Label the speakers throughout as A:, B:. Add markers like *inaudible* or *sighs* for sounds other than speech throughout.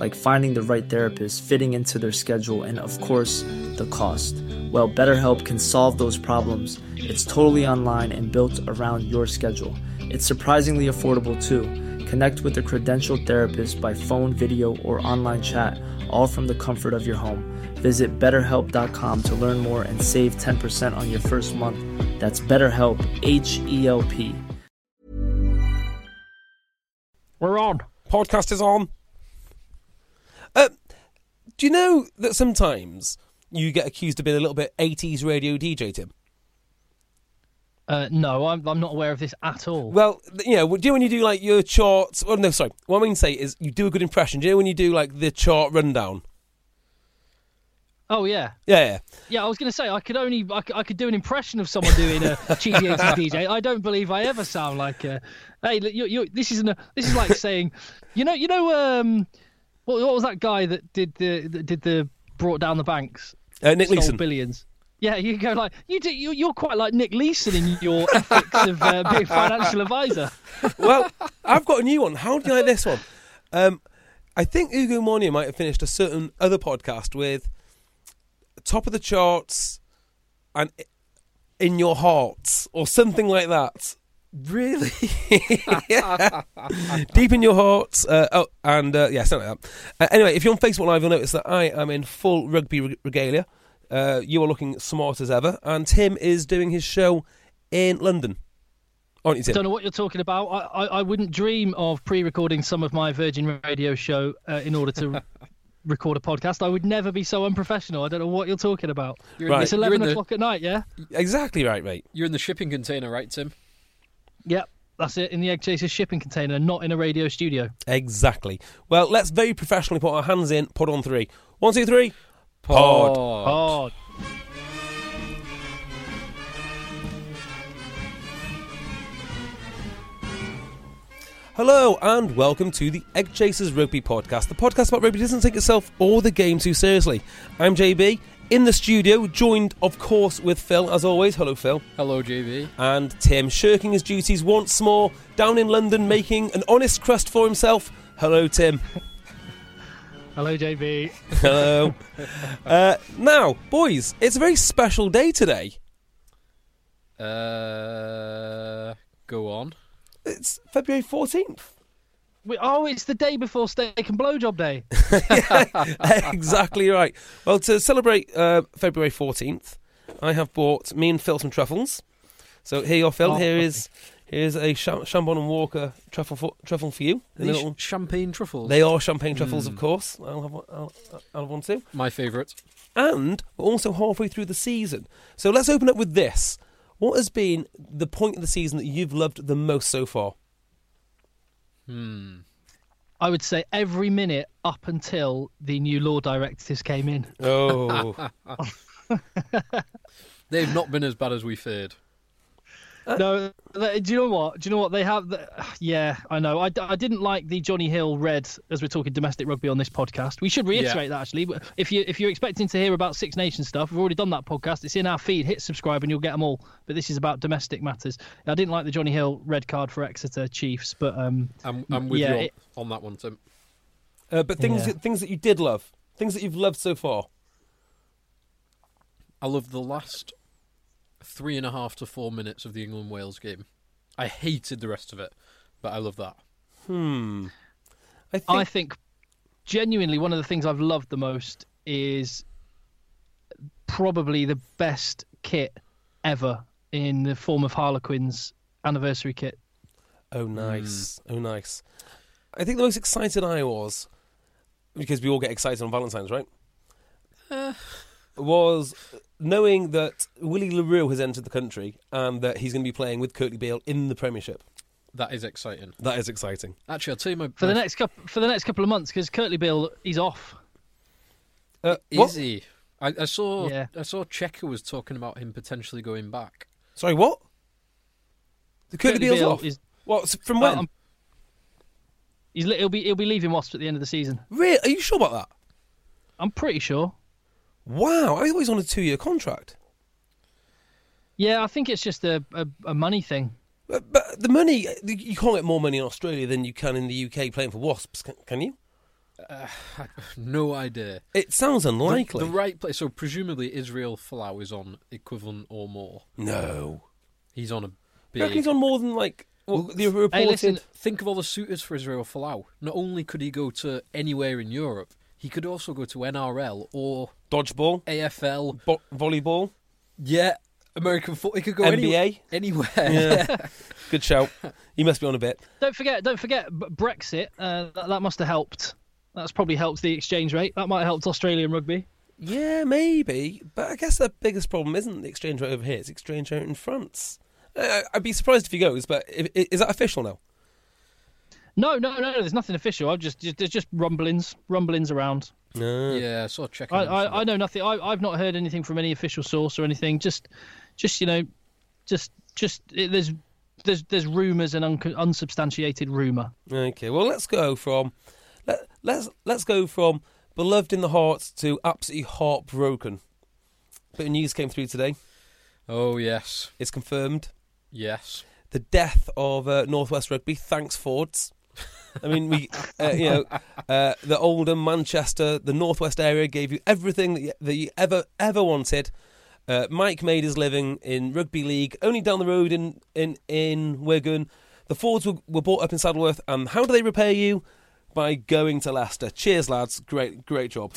A: like finding the right therapist, fitting into their schedule, and of course, the cost. Well, BetterHelp can solve those problems. It's totally online and built around your schedule. It's surprisingly affordable too. Connect with a credentialed therapist by phone, video, or online chat, all from the comfort of your home. Visit betterhelp.com to learn more and save 10% on your first month. That's BetterHelp, H E L P.
B: We're on.
C: Podcast is on. Uh, do you know that sometimes you get accused of being a little bit 80s radio DJ, Tim?
B: Uh, no, I'm, I'm not aware of this at all.
C: Well, th- you know, do you know when you do like your charts? Well, no, sorry. What I mean to say is you do a good impression. Do you know when you do like the chart rundown?
B: Oh yeah,
C: Yeah, yeah.
B: yeah. I was going to say I could only I could, I could do an impression of someone doing a
C: *laughs*
B: cheesy 80s DJ. I don't believe I ever sound like a. Hey, look, you, you, this is an, this is like saying, you know, you know, um, what, what was that guy that did the that did the brought down the banks,
C: Uh, Nick
B: stole
C: Leeson.
B: billions. Yeah, you go like you do. You, you're quite like Nick Leeson in your ethics of uh, being a financial advisor.
C: well, I've got a new one. How do you like this one? Um, I think Ugo Mornia might have finished a certain other podcast with top of the charts and i- in your hearts or something like that. Really? *laughs* Deep in your hearts. Uh, oh, and uh, yeah, something like that. Uh, anyway, if you're on Facebook Live, you'll notice that I am in full rugby reg- regalia. Uh, you are looking smart as ever, and Tim is doing his show in London. Aren't you, Tim?
B: Don't know what you're talking about. I, I, I wouldn't dream of pre-recording some of my Virgin Radio show uh, in order
D: *laughs*
B: to record a podcast. I would never be so unprofessional. I don't know what you're talking about.
D: You're
C: Right.
D: in,
B: It's
D: the, you're,
B: 11
D: in the,
B: o'clock at night, yeah?
C: Exactly right, mate.
D: you're in the shipping container, right, Tim?
B: Yep, that's it. In the Egg Chaser's shipping container, not in a radio studio.
C: Exactly. Well, let's very professionally put our hands in, pod on three. One, two, three. Pod.
B: Oh,
C: Hello, and welcome to the Egg Chasers Rugby Podcast, the podcast about rugby that doesn't take itself or the game too seriously. I'm JB, in the studio, joined, of course, with Phil, as always. Hello, Phil.
D: Hello, JV.
C: And Tim, shirking his duties once more, down in London, making an honest crust for himself. Hello, Tim.
B: hello, JB.
C: Hello. uh, now, boys, it's a very special day today.
D: Uh, go on.
C: It's February 14th.
B: We, oh, it's the day before Steak and Blowjob Day.
C: *laughs* exactly right. Well, to celebrate uh, February 14th, I have bought me and Phil some truffles. So here you are, Phil.
B: Oh,
C: Here is here is a Cham- Chambon and Walker truffle for, truffle for you. A
D: These
C: little-
D: sh- champagne truffles.
C: they are champagne truffles, of
D: Mm.
C: course. I'll have, one, I'll, I'll have one too.
D: my favourite.
C: And we're also halfway through the season. So let's open up with this. What has been the point of the season that you've loved the most so far?
D: Hmm.
B: I would say every minute up until the new law directives came in.
C: Oh,
D: They've not been as bad as we feared.
B: no, th- do you know what? Do you know what they have? th- yeah, I know. I, d- I didn't like the Johnny Hill red as we're talking domestic rugby on this podcast. We should reiterate that actually. But if you if you're expecting to hear about Six Nations stuff, we've already done that podcast. It's in our feed. Hit subscribe and you'll get them all. But this is about domestic matters. I didn't like the Johnny Hill red card for Exeter Chiefs, but um,
D: I'm, I'm with
B: Yeah,
D: you on,
B: it-
D: on that one, Tim.
C: *laughs* uh, but things
B: Yeah.
C: things that you did love, things that you've loved so far.
D: I love the last three and a half to four minutes of the England Wales game. I hated the rest of it, but I love that.
C: Hmm. I think
B: I think genuinely one of the things I've loved the most is probably the best kit ever in the form of Harlequin's anniversary kit.
C: Oh,
B: Hmm.
C: nice. Oh, nice. I think the most
B: Uh.
C: excited I was, because we all get excited on Valentine's, right? was knowing that Willie LaRue has entered the country and that he's going to be playing with Curtly Beale in the Premiership.
D: That is exciting.
C: That is exciting.
D: Actually, I'll tell you my.
B: for the
D: my-
B: next couple for the next couple of months because Curtly Bill he's off.
C: Uh, what?
D: Easy. I, I saw.
B: Yeah.
D: I saw Checker was talking about him potentially going back. *laughs*
C: Sorry, what? The Curtly
B: Curtly
C: Beale's
B: Beale
C: off.
B: is-
C: What? s- From when?
B: Um, he's li- he'll be he'll be leaving Wasps at the end of the season.
C: Really? Are you sure about that?
B: I'm pretty sure.
C: Wow, I always on a two-year contract.
B: Yeah, I think it's just a, a, a money thing.
C: But, but the money, you can't get more money in Australia than you can in the UK playing for Wasps, can, can you?
D: No idea.
C: It sounds
D: The-
C: unlikely.
D: The, right place. So presumably Israel Folau is on equivalent or more.
C: no.
D: He's on a
C: You reckon
D: big.
C: he's on more than like what the reported?
B: Hey, listen,
D: Think of all the suitors for Israel Folau. Not only could he go to anywhere in Europe, he could also go to NRL or
C: Dodgeball,
D: AFL.
C: bo- volleyball.
D: Yeah, American football. He could go
C: NBA?
D: any- anywhere.
C: Yeah. Good shout. You must be on a bit.
B: don't forget don't forget B- Brexit. Uh, that, that must have helped. That's probably helped the exchange rate. That might have helped Australian rugby.
C: Yeah, maybe. But I guess the biggest problem isn't the exchange rate over here; it's the exchange rate in France. Uh, I'd be surprised if he goes, but i i- is that official now?
B: No, no, no, no. There's nothing official. I've just, just there's just rumblings, rumblings around.
C: No.
D: *laughs* yeah, I saw Checker.
B: I, I, I
D: mentioned
B: know nothing. I, I've not heard anything from any official source or anything. Just, just you know, just, just it, there's, there's, there's rumours and unco unsubstantiated rumour.
C: Okay. Well, let's go from let, let's let's go from beloved in the heart to absolutely heartbroken. Bit of news came through today.
D: it. Oh yes,
C: It's confirmed.
D: yes.
C: the death of uh, Northwest Rugby. Thanks, Fords. I mean, we, uh, you know, uh, the Oldham, Manchester, the Northwest area gave you everything that you, that you ever, ever wanted. Uh, Mike made his living in rugby league, only down the road in in, in Wigan. The Fords were, were brought up in Saddleworth, and how do they repay you? By going to Leicester. Cheers, lads. Great, great job.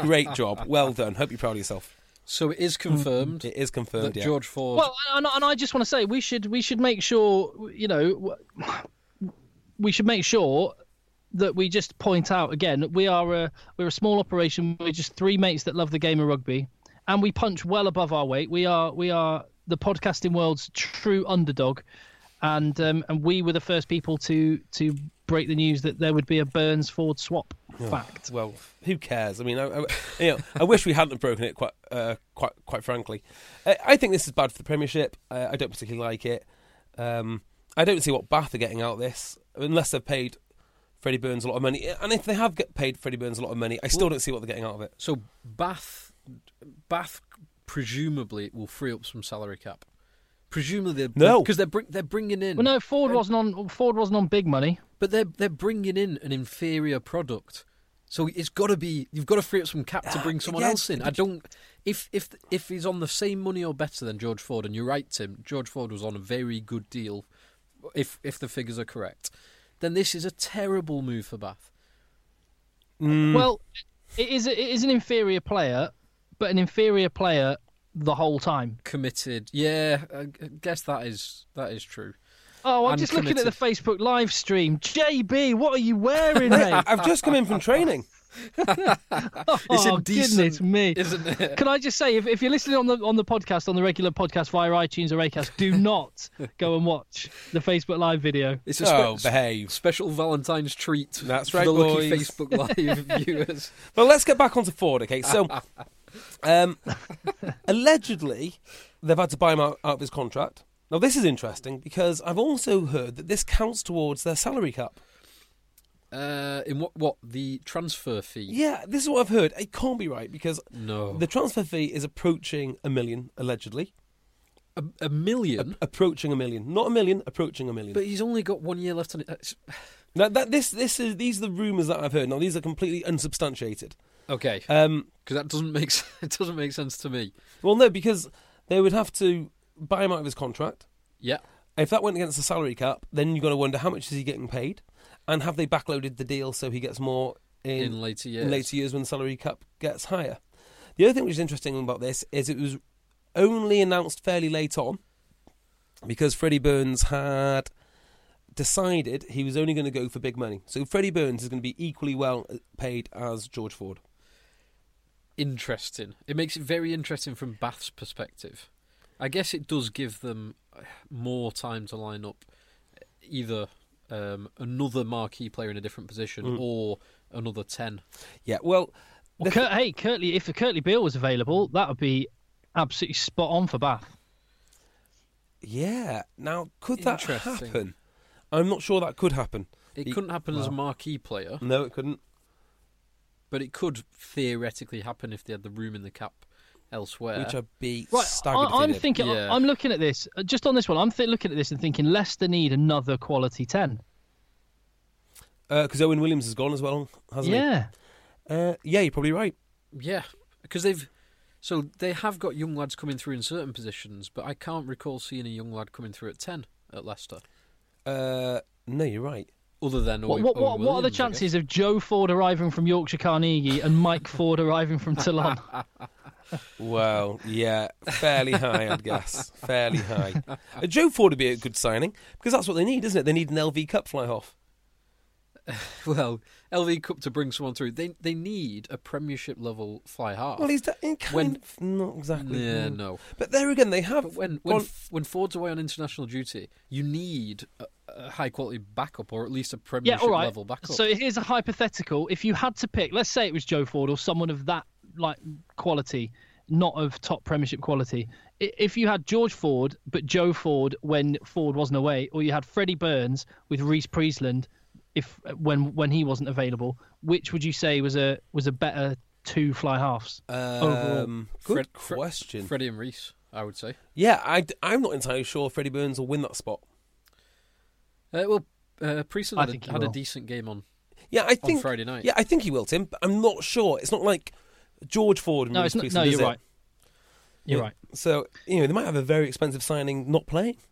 C: Great job. Well done. Hope you're proud of yourself.
D: So it is confirmed
C: Hmm. It is confirmed.
D: that
C: Yeah.
D: George Ford.
B: Well, and, and I just want to say we should we should make sure you know w- we should make sure that we just point out again that we are a we're a small operation. We're just three mates that love the game of rugby, and we punch well above our weight. We are we are the podcasting world's true underdog, and um, and we were the first people to to break the news that there would be a Burns Ford swap. Fact.
C: Well, who cares? I mean, I, I, you know, I wish we hadn't broken it. Quite, uh, quite, quite frankly, I, I think this is bad for the Premiership. Uh, I don't particularly like it. Um, I don't see what Bath are getting out of this unless they've paid Freddie Burns a lot of money. And if they have get paid Freddie Burns a lot of money, I still don't see what they're getting out of it.
D: So Bath, Bath presumably will free up some salary cap. Presumably, they're,
C: No.
D: because they're bring, they're bringing in.
B: Well, no, Ford wasn't on Ford wasn't on big money.
D: but they're they're bringing in an inferior product. So it's got to be you've got to free up some cap
C: Ah,
D: to bring someone
C: Yeah,
D: else in. I don't if if if he's on the same money or better than George Ford, and you're right, Tim. George Ford was on a very good deal, if if the figures are correct. Then this is a terrible move for Bath.
B: Well, it is it is an inferior player, but an inferior player the whole time.
D: Committed, yeah. I I guess that is that is true.
B: Oh, I'm
D: And
B: just looking at the Facebook live stream. JB, what are you *laughs* wearing,
C: I,
B: mate?
C: I've just come in from training.
D: It's
B: oh, goodness
D: indecent,
B: me.
D: isn't it?
B: Can I just say, if, if you're listening on the on the podcast, on the regular podcast via iTunes or Acast, *laughs* do not go and watch the Facebook live video.
D: It's a spe-
C: Oh, behave.
D: special Valentine's treat.
C: That's
D: for
C: right,
D: the lucky
C: boys.
D: Facebook *laughs* Live viewers.
C: But let's get back onto Ford, okay? So,
D: *laughs*
C: um, allegedly, they've had to buy him out, out of his contract. Now, this is interesting because I've also heard that this counts towards their salary cap.
D: Uh, in what what the transfer fee?
C: Yeah, this is what I've heard. It can't be right because
D: No,
C: the transfer fee is approaching a million, allegedly.
D: a, a million.
C: Approaching a million. Not a million, approaching a million.
D: but he's only got one year left on it. That's-
C: now, that, this, this is, these are the rumours that I've heard. Now, these are completely unsubstantiated.
D: Okay, because
C: Um,
D: that doesn't make *laughs* s- it doesn't make sense to me.
C: well, no, because they would have to buy him out of his contract.
D: Yeah,
C: If that went against the salary cap, then you've got to wonder how much is he getting paid, and have they backloaded the deal so he gets more in,
D: in later years.
C: in later years when the salary cap gets higher. The other thing which is interesting about this is it was only announced fairly late on because Freddie Burns had decided he was only going to go for uh, big money. So Freddie Burns is going to be equally well paid as George Ford.
D: interesting. It makes it very interesting from Bath's perspective. I guess it does give them uh, more time to line up either um, another marquee player in a different position or another 10.
C: Yeah, well,
B: Well, Kurt, hey, Curtly, if Curtly Beale was available, that would be absolutely spot on for Bath.
C: yeah. Now, could that
D: Interesting.
C: happen? I'm not sure that could happen.
D: It
C: He-
D: couldn't happen as a marquee player,
C: No, it couldn't.
D: but it could theoretically happen if they had the room in the cap elsewhere.
C: Which I'd be
B: Right,
C: staggered if
B: I,
C: they
B: I'm
C: did.
B: thinking.
D: Yeah.
B: I'm looking at this uh, just on this one. I'm th- looking at this and thinking Leicester need another quality ten.
C: because Uh, Owen Williams has gone as well, hasn't
B: yeah,
C: he? Uh, yeah, you're probably right.
D: Yeah, because they've so they have got young lads coming through in certain positions, but I can't recall seeing a young lad coming through at ten at Leicester.
C: Uh, no, you're right.
D: Other than
B: what
D: Owen-
B: what, what, what
D: Owen
B: are the
D: Williams, I guess.
B: chances of Joe Ford arriving from Yorkshire Carnegie and Mike Ford arriving
D: *laughs*
B: from Toulon?
C: Well, yeah, fairly high, I'd guess. Fairly high. Uh, Joe Ford would be a good signing because that's what they need, isn't it? They need an LV Cup fly off.
D: *laughs* Well, LV Cup to bring someone through. They they need a Premiership level fly half.
C: Well, he's da- in kind
D: When-
C: of not exactly.
B: Mm.
C: Hmm.
D: yeah, no.
C: But there again, they have.
D: But when when
C: gone-
D: when Ford's away on international duty, you need a, a high quality backup or at least a
B: yeah,
D: Premiership
B: all right.
D: level backup.
B: So here's a hypothetical: if you had to pick, let's say it was Joe Ford or someone of that like quality, not of top Premiership quality. I- If you had George Ford but Joe Ford when Ford wasn't away, or you had Freddie Burns with Reese Priestland, if when when he wasn't available, which would you say was a was a better two fly halves? overall.
C: um, good
D: Fred- Fre-
C: question.
D: Freddie and Reese, I would say.
C: yeah, I, am not entirely sure Freddie Burns will win that spot.
D: Uh, well, uh, Priestley
B: I
D: had,
B: think
D: a,
B: he
D: had a
B: will.
D: decent game on
C: Yeah, I think
D: Friday night.
C: Yeah, I think he will, Tim. But I'm not sure. It's not like George Ford. And
B: No,
C: Reece
B: it's not,
C: Priestley,
B: no,
C: is
B: you're
C: it?
B: right. You're right.
C: *laughs* So you know they might have a very expensive signing not playing. *laughs*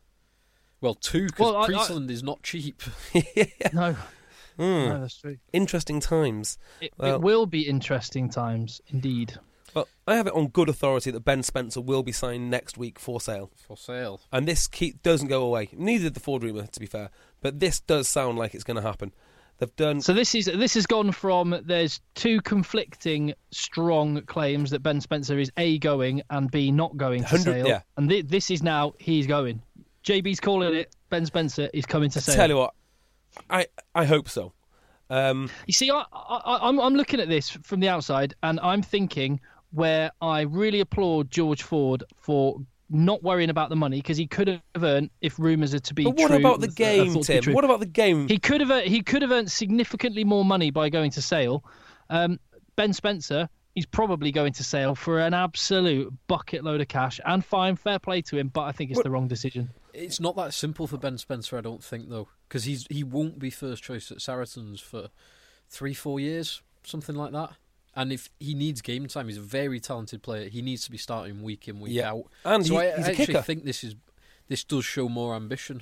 D: Well, two because
B: Well, I- I-
D: Priestland is
B: *laughs*
D: not cheap.
B: No, no, that's true.
C: Hmm. Interesting times.
B: It,
C: Hmm. Well-
B: it will be interesting times indeed.
C: Well, I have it on good authority that Ben Spencer will be signed next week for sale,
D: for sale.
C: and this keep, doesn't go away. Neither did the Ford rumor, to be fair. But this does sound like it's going to happen. They've done.
B: So this is this has gone from there's two conflicting strong claims that Ben Spencer is a going and b not going to
C: 100
B: sale,
C: yeah.
B: and thi- this is now he's going. JB's calling it. Ben Spencer is coming to sale.
C: tell you what, I I hope so. Um,
B: You see, I, I, I'm I'm looking at this from the outside, and I'm thinking where I really applaud George Ford for not worrying about the money because he could have earned if rumours are to be
C: but what
B: true,
C: about the
B: uh,
C: game,
B: thought to be
C: Tim?
B: true.
C: What about the game?
B: He could have ear- he could have earned significantly more money by going to sale. Um, ben Spencer, he's probably going to sale for an absolute bucket load of cash, and fine, fair play to him. But I think it's the wrong decision.
D: It's not that simple for Ben Spencer, I don't think, though, because he's he won't be first choice at Saracens for three, four years, something like that. And if he needs game time, he's a very talented player. He needs to be starting week in, week
C: Yeah.
D: out.
C: And
D: so
C: he-
D: I,
C: he's
D: I
C: a
D: actually
C: kicker.
D: think this is this does show more ambition,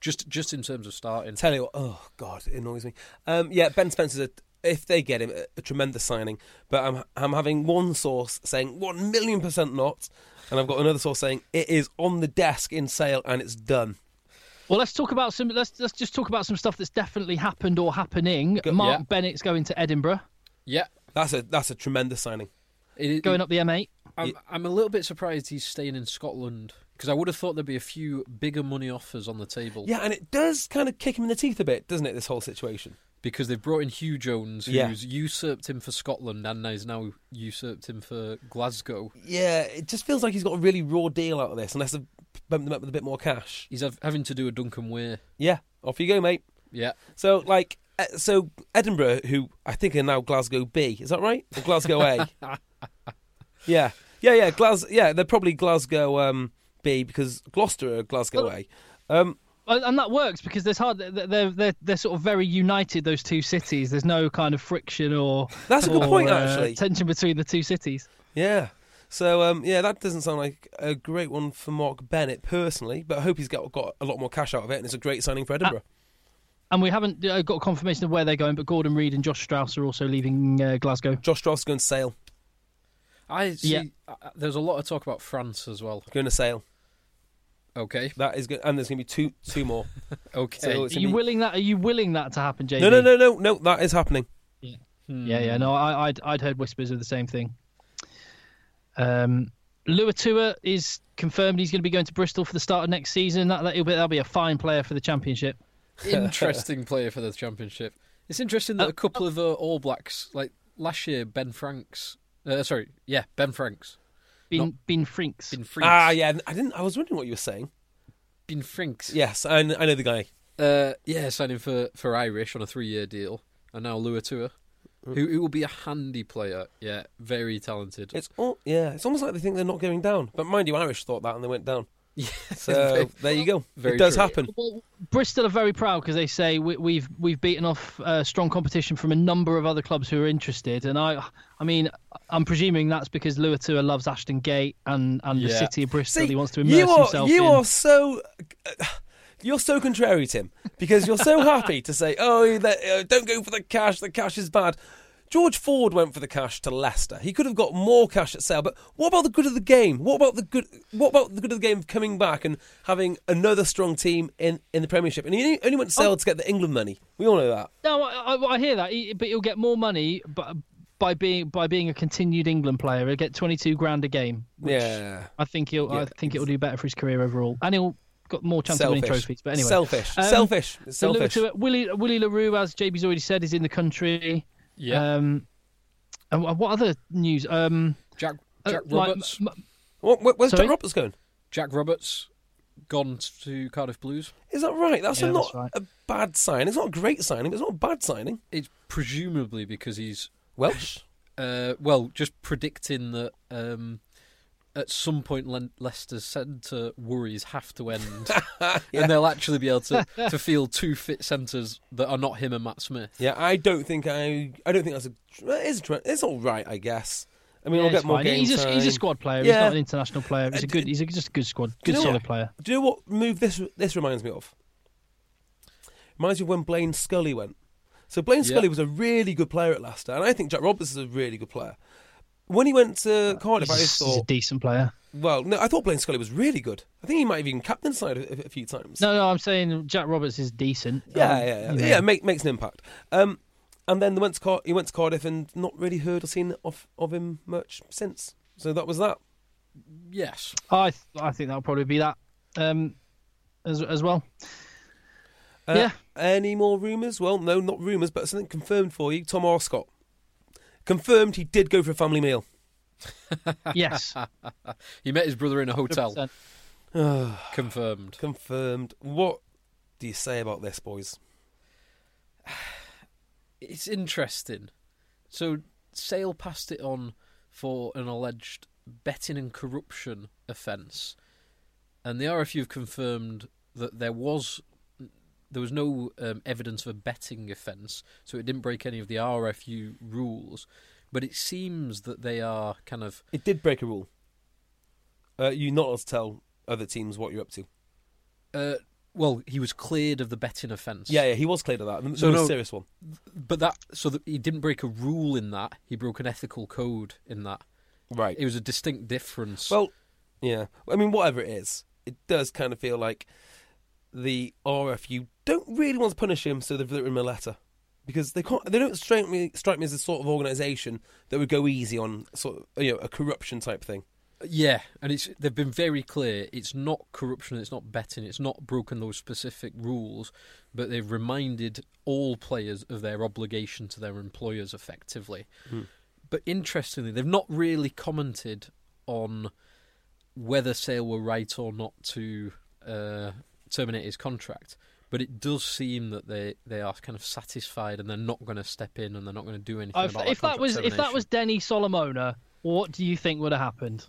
D: just just in terms of starting.
C: Tell you what, oh god, it annoys me. Um, yeah, Ben Spencer's a, if they get him, a, a tremendous signing. But I'm I'm having one source saying one million percent not, and I've got another source saying it is on the desk in sale and it's done.
B: Well, let's talk about some. Let's let's just talk about some stuff that's definitely happened or happening. Mark
D: yeah.
B: Bennett's going to Edinburgh,
D: Yeah,
C: That's a that's a tremendous signing.
D: it,
B: going up the M8.
D: I'm, I'm a little bit surprised he's staying in Scotland because I would have thought there'd be a few bigger money offers on the table.
C: Yeah, and it does kind of kick him in the teeth a bit, doesn't it? This whole situation.
D: because they've brought in Hugh Jones, who's
C: Yeah.
D: usurped him for Scotland and has now usurped him for Glasgow.
C: Yeah, it just feels like he's got a really raw deal out of this, unless they've bumped him up with a bit more cash.
D: He's hav- having to do a Duncan Weir.
C: Yeah, off you go, mate.
D: Yeah,
C: So like, eh, so Edinburgh, who I think are now Glasgow B, is that right? Or Glasgow A? yeah, yeah, yeah. Glas, yeah, they're probably Glasgow um, B because Gloucester are Glasgow A. Um,
B: Oh, And and that works because there's hard. They're, they're they're they're sort of very united. Those two cities. There's no kind of friction or
C: That's a good
B: or,
C: point,
B: uh,
C: actually.
B: tension between the two cities.
C: yeah. So um, yeah, that doesn't sound like a great one for Mark Bennett personally, but I hope he's got got a lot more cash out of it, and it's a great signing for Edinburgh.
B: And we haven't uh, got confirmation of where they're going, but Gordon Reed and Josh Strauss are also leaving uh, Glasgow.
C: Josh Strauss is going to Sale,
D: I see.
B: Yeah.
D: uh, there's a lot of talk about France as well.
C: going to Sale.
D: Okay,
C: That is, go- and there's going to be two two more.
D: okay.
C: So
B: Are
C: it's
B: you
C: gonna be-
B: willing that? Are you willing that to happen, JB?
C: no, no, no, no, no. That is happening. *laughs*
D: Hmm.
B: Yeah, yeah. No, I, I'd, I'd heard whispers of the same thing. Um, Luatua is confirmed he's going to be going to Bristol for the start of next season. That, that'll, be, that'll be a fine player for the championship.
D: Interesting player for the championship. It's interesting that a couple of uh, All Blacks, like last year, Ben Franks. Uh, sorry, yeah, Ben Franks.
B: Been
D: Not-
B: been Frinks.
D: Been Franks.
C: Ah, yeah. I didn't. I was wondering what you were saying.
D: Been Franks.
C: Yes, I, kn- I know the guy.
D: Uh, yeah, signing for, for Irish on a three year deal, and now Luatua,
C: Hmm.
D: who who will be a handy player. Yeah, very talented. *laughs*
C: It's *laughs* all. Yeah, it's almost like they think they're not going down. But mind you, Irish thought that and they went down.
D: yeah,
B: *laughs*
C: So there you go.
D: very
C: it does
D: true.
C: happen.
B: Well, Bristol are very proud because they say we, we've we've beaten off uh, strong competition from a number of other clubs who are interested, and I I mean I'm presuming that's because Luatua loves Ashton Gate and, and the
D: Yeah.
B: city of Bristol.
C: See,
B: he wants to immerse
C: you are
B: himself.
C: you
B: in.
C: are so *sighs* you're so contrary, Tim, because
B: *laughs*
C: you're so happy to say, "Oh, that, uh, don't go for the cash. The cash is bad." George Ford went for the cash to Leicester. He could have got more cash at sale, but what about the good of the game? What about the good? What about the good of the game of coming back and having another strong team in, in the Premiership? And he only- only went to sale
B: Oh.
C: to get the England money. We all know that.
B: No, I, I, I hear that, he, but he'll get more money but by being by being a continued England player. He'll get 22 grand a game. which
C: yeah,
B: I think he'll I
C: Yeah,
B: think it'll do better for his career overall, and he'll got more chance of winning trophies. But anyway,
C: selfish,
B: Um,
C: selfish, It's
B: So
C: selfish.
B: Liverpool- Willie Willie Larue, as JB's already said, is in the country.
D: yeah.
B: Um, and wh- what other news? Um,
D: Jack
B: uh,
D: Jack
B: like,
D: Roberts.
B: m- m-
C: What- where- where's
B: sorry?
C: John Roberts going?
D: Jack Roberts gone to Cardiff Blues.
C: Is that right? That's
B: Yeah,
C: a not
B: that's right.
C: a bad signing. It's not a great signing, but it's not a bad signing.
D: It's presumably because he's
B: *laughs*
C: Welsh.
D: uh, well, just predicting that um, at some point Le- Leicester's centre worries have
C: *laughs*
D: to end, and they'll actually be able to, to field two fit centres that are not him and Matt Smith.
C: Yeah, I don't think I. I don't think that's a. Well, It is. tr- It's all right, I guess. I mean,
B: yeah,
C: I'll
B: it's
C: get more
B: fine.
C: game
B: he's, a,
C: time.
B: he's a squad player. He's
C: Yeah. Uh,
B: not an international player. He's a good. He's a, just a good squad.
C: you
B: Good
C: know
B: solid
C: what?
B: player.
C: Do you know what move this this reminds me of? Reminds me of when Blaine Scully went. So Blaine
D: Yeah.
C: Scully was a really good player at Leicester, and I think Jack Roberts is a really good player. When he went to Cardiff,
B: Uh, He's,
C: I
B: a-
C: just
B: he's a
C: thought,
B: decent player.
C: well, no, I thought Blaine Scully was really good. I think he might have even captained side a, a few times.
B: No, no, I'm saying Jack Roberts is decent.
C: Yeah,
B: Um,
C: yeah, yeah.
B: you know,
C: yeah make, makes an impact. Um, and then went to Car- he went to Cardiff and not really heard or seen of, of him much since. So that was that.
D: Yes,
B: I th- I think that'll probably be that. Um, as as well.
C: Uh,
B: Yeah.
C: Any more rumours? Well, no, not rumours, but something confirmed for you. Tom Arscott. Confirmed he did go for a family meal. *sighs* *laughs*
B: Yes.
D: he met his brother in a hotel.
B: 100%.
D: Confirmed.
C: Confirmed. What do you say about this, boys?
D: It's interesting. So Sale passed it on for an alleged betting and corruption offence, and the RFU have confirmed that there was there was no um, evidence of a betting offence, so it didn't break any of the RFU rules. But it seems that they are kind of
C: It did break a rule. Uh, you not allowed to tell other teams what you're up to.
D: uh, well, he was cleared of the betting offence.
C: Yeah, yeah, he was cleared of that. The,
D: So
C: the most
D: no-
C: serious one.
D: but that so that he didn't break a rule in that. He broke an ethical code in that.
C: Right.
D: It was a distinct difference.
C: Well, yeah. I mean, whatever it is, it does kind of feel like the RFU don't really want to punish him, so they've written him a letter because they can't. They don't strike me strike me as the sort of organisation that would go easy on sort of you know a corruption type thing.
D: Yeah, and it's they've been very clear. It's not corruption. It's not betting. It's not broken those specific rules, but they've reminded all players of their obligation to their employers effectively. But interestingly, they've not really commented on whether Sale were right or not to uh, terminate his contract. But it does seem that they, they are kind of satisfied and they're not going to step in and they're not going to do anything
B: If,
D: about
B: if that
D: contract
B: was if that
D: termination.
B: was Denny Solomona, what do you think would have happened?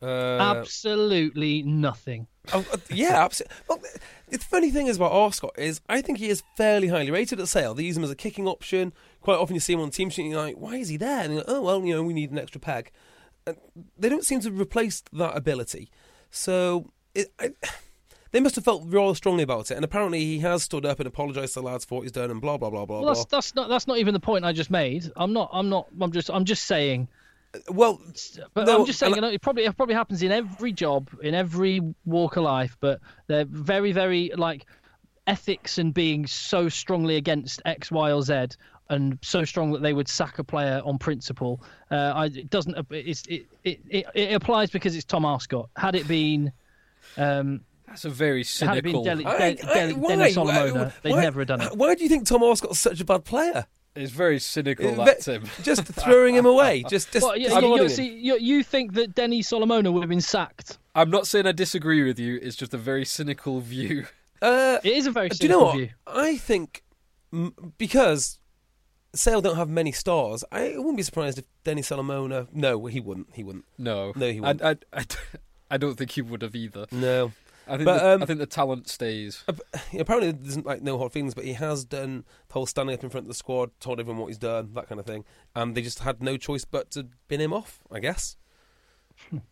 C: Uh,
B: Absolutely nothing.
C: Oh, uh, yeah, absolutely. Well, the funny thing is about Arscott is I think he is fairly highly rated at Sale. They use him as a kicking option. Quite often you see him on the team sheet and you're like, why is he there? And you're like, oh, well, you know, we need an extra peg. And they don't seem to have replaced that ability. So it, I, *sighs* they must have felt rather strongly about it. And apparently he has stood up and apologised to the lads for what he's done and blah, blah, blah, blah,
B: Well,
C: blah.
B: that's that's not that's not even the point I just made. I'm not I'm not I'm just I'm just saying.
C: well,
B: But
C: No,
B: I'm just saying
C: and
B: you know, it probably it probably happens in every job in every walk of life. But they're very very like ethics and being so strongly against X, Y, or Z, and so strong that they would sack a player on principle. Uh, I, it doesn't. It's, it, it it it applies because it's Tom Arscott. Had it been. Um,
D: That's a very
B: had it been
D: cynical.
B: Deli, De-
C: I- I-
B: Deli- Dennis Olomoda, they'd
C: why-
B: never have done it.
C: Why do you think Tom Oscott's such a bad player?
D: it's very cynical
C: Uh,
D: that
C: but-
D: Tim.
C: Just throwing him away.
B: *laughs*
C: Just, just.
B: Well, you,
C: discarding
B: you,
C: him.
B: you, see, you, you think that Denny Solomona would have been sacked?
D: I'm not saying I disagree with you. It's just a very cynical view. *laughs*
C: Uh,
B: It is a very
C: do you know
B: cynical
C: what?
B: view.
C: I think m- because Sale don't have many stars, I wouldn't be surprised if Denny Salamona. No, he wouldn't. He wouldn't.
D: No,
C: No, he
D: I-
C: wouldn't.
D: I, I, I don't think he would have either.
C: No.
D: I think,
C: But,
D: the,
C: um,
D: I think the talent stays.
C: *laughs* Apparently, there's like no hard feelings, but he has done the whole standing up in front of the squad, told everyone what he's done, that kind of thing, and they just had no choice but to bin him off. I guess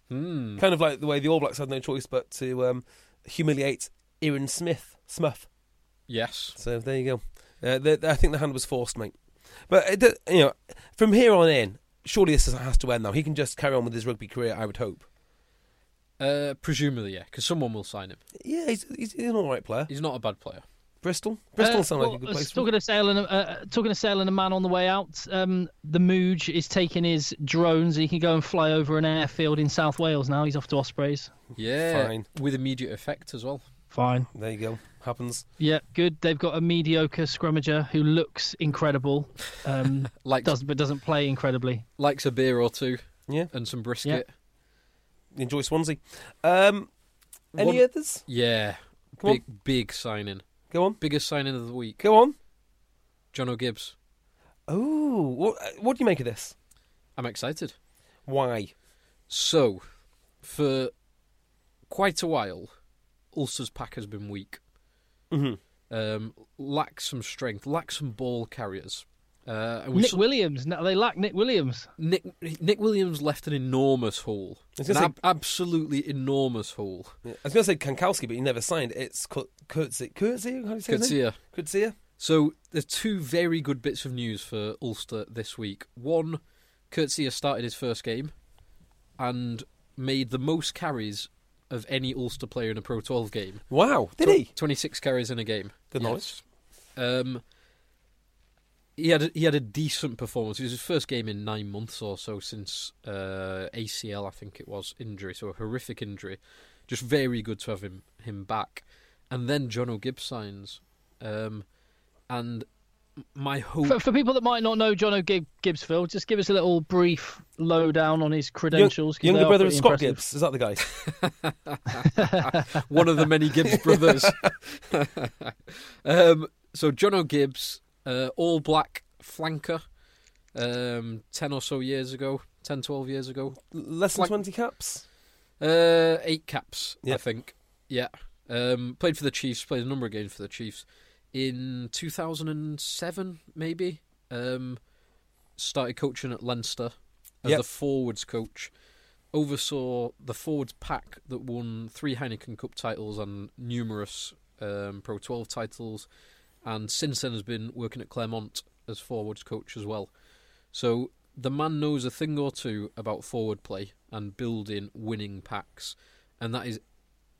D: Hmm.
C: kind of like the way the All Blacks had no choice but to um, humiliate Aaron Smith, Smith.
D: Yes.
C: So there you go. Uh, the, the- I think the hand was forced, mate. But it, do- you know, from here on in, surely this is- has to end now. He can just carry on with his rugby career, I would hope.
D: Uh, presumably, yeah, because someone will sign him.
C: Yeah, he's, he's, he's an all right player.
D: He's not a bad player.
C: Bristol, Bristol
B: Uh,
C: sounds
B: well,
C: like a good place. for him.
B: Talking of Sale and uh, uh, talking of Sale and a man on the way out, um, the Mooge is taking his drones. He can go and fly over an airfield in South Wales now. He's off to Ospreys.
D: Yeah,
C: Fine.
D: with immediate effect as well.
B: Fine.
C: There you go. Happens.
B: Yeah, good. They've got a mediocre scrummager who looks incredible,
C: *laughs*
B: um,
D: Likes
B: does but doesn't play incredibly.
D: likes a beer or two.
C: Yeah.
D: and some brisket.
C: Enjoy Swansea. Um, any
D: One-
C: others?
D: Yeah,
C: Come on.
D: big big signing,
C: Go on.
D: biggest signing of the week.
C: Go on.
D: John O'Gibbs.
C: Oh, what, what do you make of this?
D: I'm excited.
C: Why?
D: So, for quite a while, Ulster's pack has been weak.
C: Mhm.
D: Um, lacks some strength, lacks some ball carriers. Uh, and we
B: Nick
D: saw-
B: Williams. No, they lack Nick Williams.
D: Nick Nick Williams left an enormous hole,
C: I was
D: an
C: gonna
D: ab- absolutely enormous hole.
C: I was going to say Kankowski, but he never signed. It's Kur- Kurtzi. Kurtzi? How do you say his name?
D: Katia.
C: Kurtzia?
D: So there's two very good bits of news for Ulster this week. One, Kurtzia started his first game and made the most carries of any Ulster player in a Pro 12 game.
C: Wow. Did
D: Tw-
C: he?
D: 26 carries in a game.
C: Good knowledge.
D: Um, he had a, he had a decent performance. It was his first game in nine months or so since uh, ACL, I think it was injury, so a horrific injury. Just very good to have him him back. And then John O'Gibbs signs, um, and m- my
B: *laughs*
D: hope
B: For, for people that might not know John O'Gib Gibbsfield, just give us a little brief lowdown on his credentials. 'cause
C: Young,
B: they
C: younger
B: are
C: brother of
B: pretty
C: Scott
B: impressive.
C: Gibbs. Is that the guy?
D: one of the many Gibbs brothers. um, so John O'Gibbs, uh, all black flanker, um, ten or so years ago, 10, 12 years ago,
C: Less than
D: Like-
C: 20 caps?
D: Uh, eight caps,
C: Yeah.
D: I think. Yeah. Um, played for the Chiefs. Played a number of games for the Chiefs. In 2007, maybe. Um, started coaching at Leinster as
C: Yep.
D: the forwards coach. Oversaw the forwards pack that won three Heineken Cup titles and numerous um, Pro 12 titles, and since then has been working at Claremont as forwards coach as well. So the man knows a thing or two about forward play and building winning packs, and that is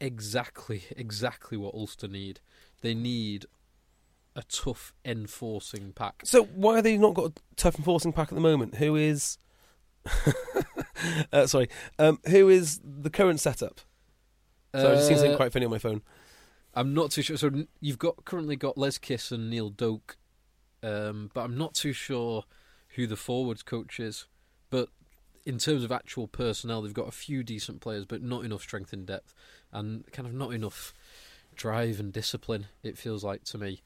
D: exactly *laughs* exactly what Ulster need. They need a tough enforcing pack.
C: So why have they not got a tough enforcing pack at the moment? Who is? *laughs* uh, sorry, um, who is the current setup? So I just seen something
D: Uh,
C: quite funny on my phone.
D: I'm not too sure. So n- you've got currently got Les Kiss and Neil Doak, um, but I'm not too sure who the forwards coach is. But in terms of actual personnel, they've got a few decent players, but not enough strength and depth, and kind of not enough drive and discipline. It feels like to me.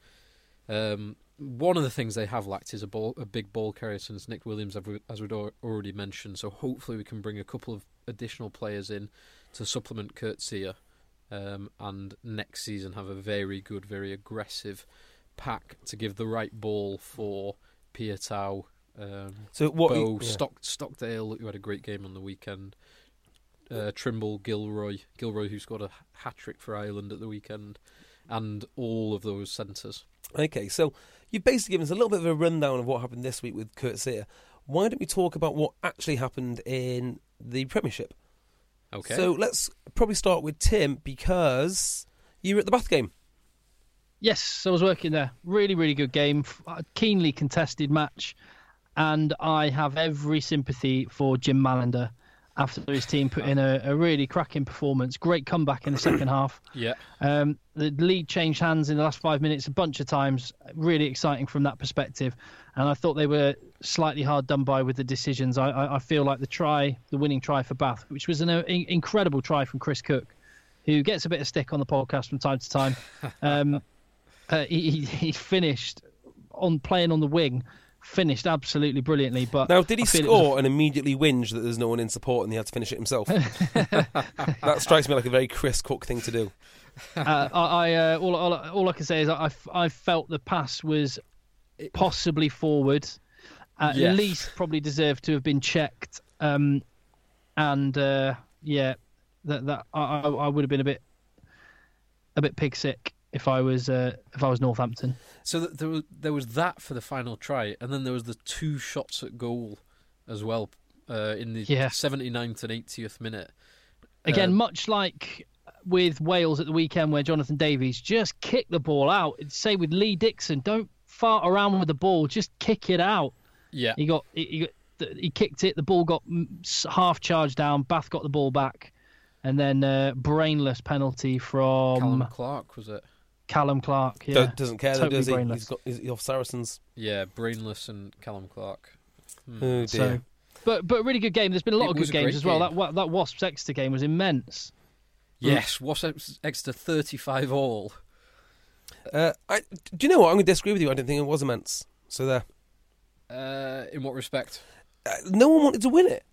D: Um, one of the things they have lacked is a ball, a big ball carrier since Nick Williams, as we- as we'd al- already mentioned. So hopefully we can bring a couple of additional players in to supplement Kurtzia um, and next season have a very good, very aggressive pack to give the right ball for Pietau, um,
C: So what?
D: Bow,
C: yeah.
D: Stock, Stockdale, who had a great game on the weekend, uh, Trimble, Gilroy, Gilroy, who scored a hat trick for Ireland at the weekend, and all of those centres.
C: Okay, so you've basically given us a little bit of a rundown of what happened this week with Kurt Sear. Why don't we talk about what actually happened in the Premiership?
D: Okay.
C: So let's probably start with Tim because you were at the Bath game.
B: Yes, I was working there. Really, really good game. A keenly contested match. And I have every sympathy for Jim Malander after his team put in a, a really cracking performance. Great comeback in the second half.
D: Yeah.
B: Um, the lead changed hands in the last five minutes a bunch of times. Really exciting from that perspective. And I thought they were slightly hard done by with the decisions. I, I, I feel like the try, the winning try for Bath, which was an uh, in- incredible try from Chris Cook, who gets a bit of stick on the podcast from time to
C: *laughs*
B: time. Um, uh, he, he, he finished on playing on the wing, finished absolutely brilliantly. But
C: Now, did
B: I
C: he
B: feel it was a
C: score and immediately whinge that there's no one in support and he had to finish it
B: *laughs*
C: himself? that strikes me like a very Chris Cook thing to do.
B: uh, I, I uh, all, all, all I can say is I, I felt the pass was possibly forward, at
D: Yes.
B: least probably deserved to have been checked. Um, and uh, yeah, that that I, I I would have been a bit a bit pig sick if I was uh, if I was Northampton.
D: So th- there was there was that for the final try, and then there was the two shots at goal as well uh, in the
B: Yeah.
D: 79th and 80th minute.
B: Again,
D: Um,
B: much like with Wales at the weekend, where Jonathan Davies just kick the ball out. It's Say with Lee Dixon, don't fart around with the ball, just kick it out.
D: Yeah,
B: He got he, he, got, th- he kicked it. The ball got mm, s- half charged down. Bath got the ball back, and then uh, brainless penalty from
D: Callum
B: Callum,
D: Clark was it?
B: Clark. Yeah,
C: Don't- Doesn't care, though,
B: Totally
C: does he?
B: brainless.
C: He's got he's he's off Saracens.
D: Yeah, brainless and Callum Clark. Hmm.
C: Oh dear.
B: so, but but a really good game. There's been a lot
D: It
B: of good
D: was a
B: games
D: great
B: as well.
D: game.
B: That That that Wasps Exeter game was immense.
D: Yes, what's ex- extra 35 all?
C: uh, I, do you know what? I'm going to disagree with you. I didn't think it was immense. So there.
D: Uh, in what respect?
C: uh, no one wanted to win it.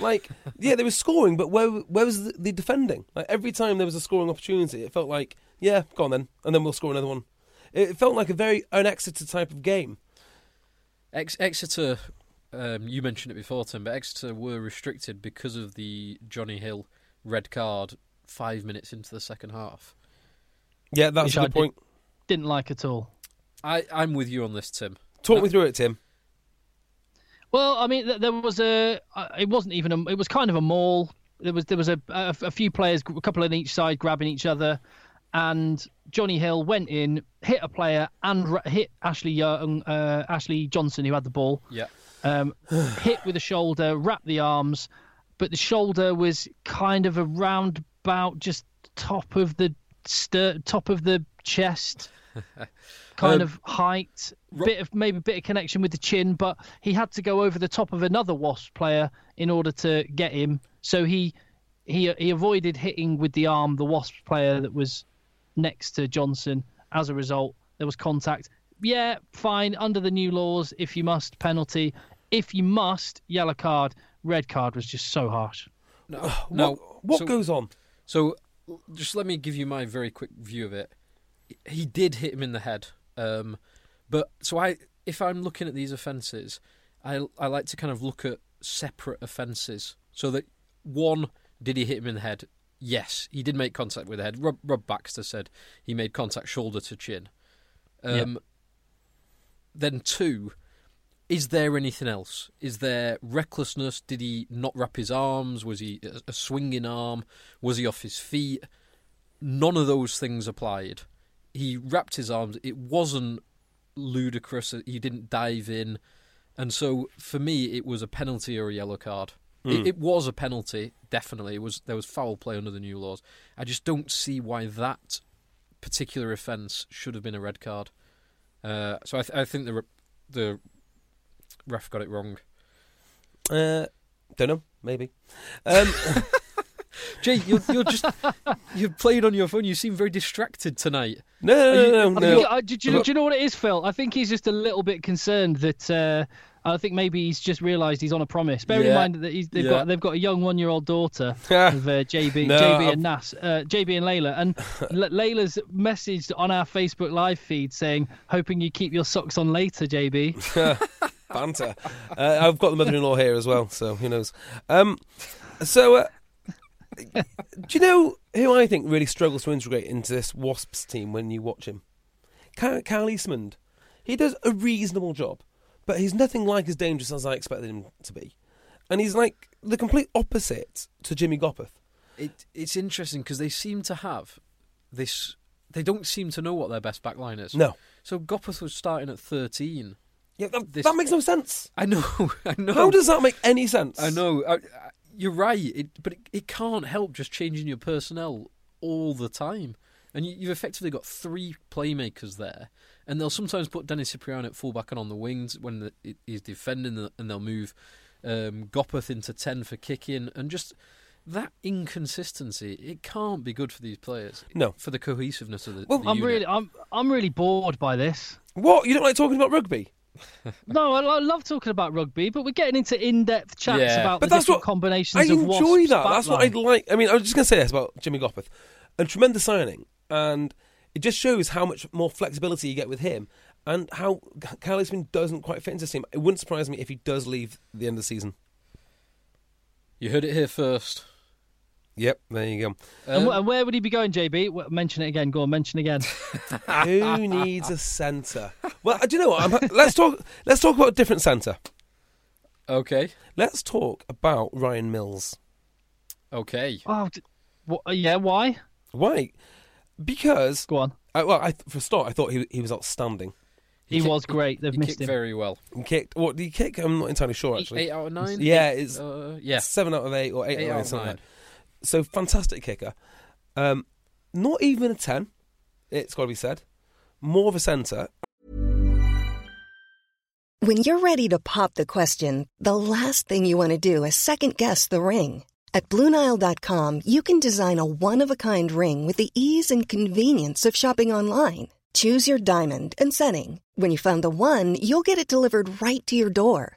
C: Like, *laughs* yeah, they were scoring, but where where was the, the defending? Like every time there was a scoring opportunity, it felt like, yeah, go on then, and then we'll score another one. It, it felt like a very unexeter type of game.
D: Ex- Exeter, um, you mentioned it before, Tim, but Exeter were restricted because of the Johnny Hill red card five minutes into the second half.
C: Yeah, that's
B: Which
C: a
B: I
C: good
B: did-
C: point.
B: Didn't like at all.
D: I, I'm with you on this, Tim.
B: Uh,
C: Talk me through it, Tim.
B: Well, I mean, th- there was a. uh, It wasn't even a. It was kind of a maul. There was there was a a, a few players, a couple on each side, grabbing each other, and Johnny Hill went in, hit a player, and ra- hit Ashley Young, uh, Ashley Johnson, who had the ball,
D: Yeah.
B: um, hit with the shoulder, wrapped the arms, but the shoulder was kind of around about just top of the stir, top of the chest, kind of height, bit of maybe bit of connection with the chin, but he had to go over the top of another wasp player in order to get him. So he he he avoided hitting with the arm the wasp player that was next to Johnson. As a result, there was contact. Yeah, fine. Under the new laws, if you must, penalty. If you must, yellow card. Red card was just so harsh.
D: No,
C: what, what
D: so-
C: goes on?
D: So, l- just let me give you my very quick view of it. He did hit him in the head, um, but so I, if I'm looking at these offences, I I like to kind of look at separate offences so that one, did he hit him in the head? Yes, he did make contact with the head. Rob, Rob Baxter said he made contact shoulder to chin. Um, Then two, is there anything else? Is there recklessness? Did he not wrap his arms? Was he a- a swinging arm? Was he off his feet? None of those things applied. He wrapped his arms. It wasn't ludicrous. He didn't dive in. And so for me, it was a penalty or a yellow card. It, it was a penalty, definitely. It was there was foul play under the new laws. I just don't see why that particular offence should have been a red card. Uh, so I, th- I think the re- the ref got it wrong.
C: Uh, don't know. Maybe. Um, *laughs*
D: Jay, you're, you're just *laughs* you've played on your phone. You seem very distracted tonight.
C: no, no, no, no,
B: I think,
C: *laughs* no.
B: uh, do, do you know, do you know what it is, Phil? I think he's just a little bit concerned that. Uh, I think maybe he's just realised he's on a promise. Bear in
D: Yeah.
B: mind that he's, they've
D: Yeah.
B: got they've got a young one year old daughter
C: Ah,
B: of uh, JB,
C: *laughs* No,
B: JB
C: I've-
B: and Nas, uh, JB and Layla, and L- Layla's messaged on our Facebook live feed saying, "Hoping you keep your socks on later,
C: *laughs*
B: JB."
C: banter. Uh, I've got the mother-in-law here as well, so who knows? Um, so, uh, do you know who I think really struggles to integrate into this Wasps team when you watch him? Cal, Cal Eastmond. He does a reasonable job, but he's nothing like as dangerous as I expected him to be, and he's like the complete opposite to Jimmy Gopeth.
D: It it's interesting because they seem to have this they don't seem to know what their best back line is.
C: No.
D: So Gopeth was starting at 13.
C: Yeah, that,
D: This-
C: that makes no sense.
D: I know, *laughs* I know.
C: How does that make any sense?
D: I know. I, I, you're right, it, but it, it can't help just changing your personnel all the time. And you, you've effectively got three playmakers there, and they'll sometimes put Dennis Cipriano at fullback and on the wings when the, it, he's defending, and they'll move um, Gopeth into ten for kicking, and just that inconsistency. It can't be good for these players.
C: No.
D: for the cohesiveness of the.
C: Well,
D: the
B: I'm
D: unit.
B: really, I'm, I'm really bored by this.
C: What? You don't like talking about rugby?
B: No, I, I love talking about rugby, but we're getting into in-depth chats
D: Yeah.
B: about
C: But
B: the
C: that's
B: different
C: what-
B: combinations
C: I
B: of
C: enjoy
B: Wasps'
C: that.
B: back
C: That's what
B: line.
C: I'd like. I mean, I was just going to say this about Jimmy Gopeth. A tremendous signing, and it just shows how much more flexibility you get with him and how Kyle Eastman doesn't quite fit into this team. It wouldn't surprise me if he does leave the end of the season.
D: You heard it here first.
C: Yep, there you
B: *laughs* And, wh-
D: Um,
B: and where would he be going, JB? W- Mention it again. Go on, mention
C: *laughs*
B: again.
C: go. Who needs a centre? Well, uh, do you know what? I'm, ha- let's talk. Let's talk about a different centre.
D: okay,
C: Let's talk about Ryan Mills.
D: okay.
B: oh, d- wh- yeah. Why?
C: Why? Because
B: Go on.
C: I, well, I, for a start, I thought he he was outstanding.
B: He,
D: kicked-
B: was great. They've
D: He
B: missed
D: kicked
B: him.
D: very well.
C: He kicked. What did he kick? I'm not entirely sure actually.
D: Eight out of nine.
C: Yeah,
D: Eight-
C: it's-
D: uh, yeah.
C: Seven out of eight or eight, out of
D: Eight out of
C: eight, something like
D: nine.
C: that. So fantastic kicker. Um, not even a ten. It's got to be said. More of a centre.
E: When you're ready to pop the question, the last thing you want to do is second guess the ring. At Bluenile.com, you can design a one of a kind ring with the ease and convenience of shopping online. Choose your diamond and setting. When you find the one, you'll get it delivered right to your door.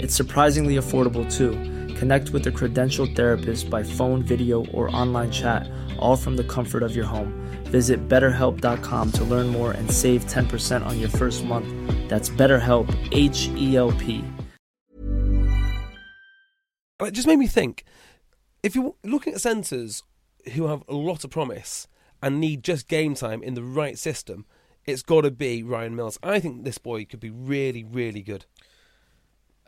A: It's surprisingly affordable too. Connect with a credentialed therapist by phone, video, or online chat, all from the comfort of your home. Visit betterhelp.com to learn more and save 10% on your first month. That's BetterHelp, H E L P.
C: And It just made me think. If you're looking at centres who have a lot of promise and need just game time in the right system, it's got to be Ryan Mills. I think this boy could be really, really good.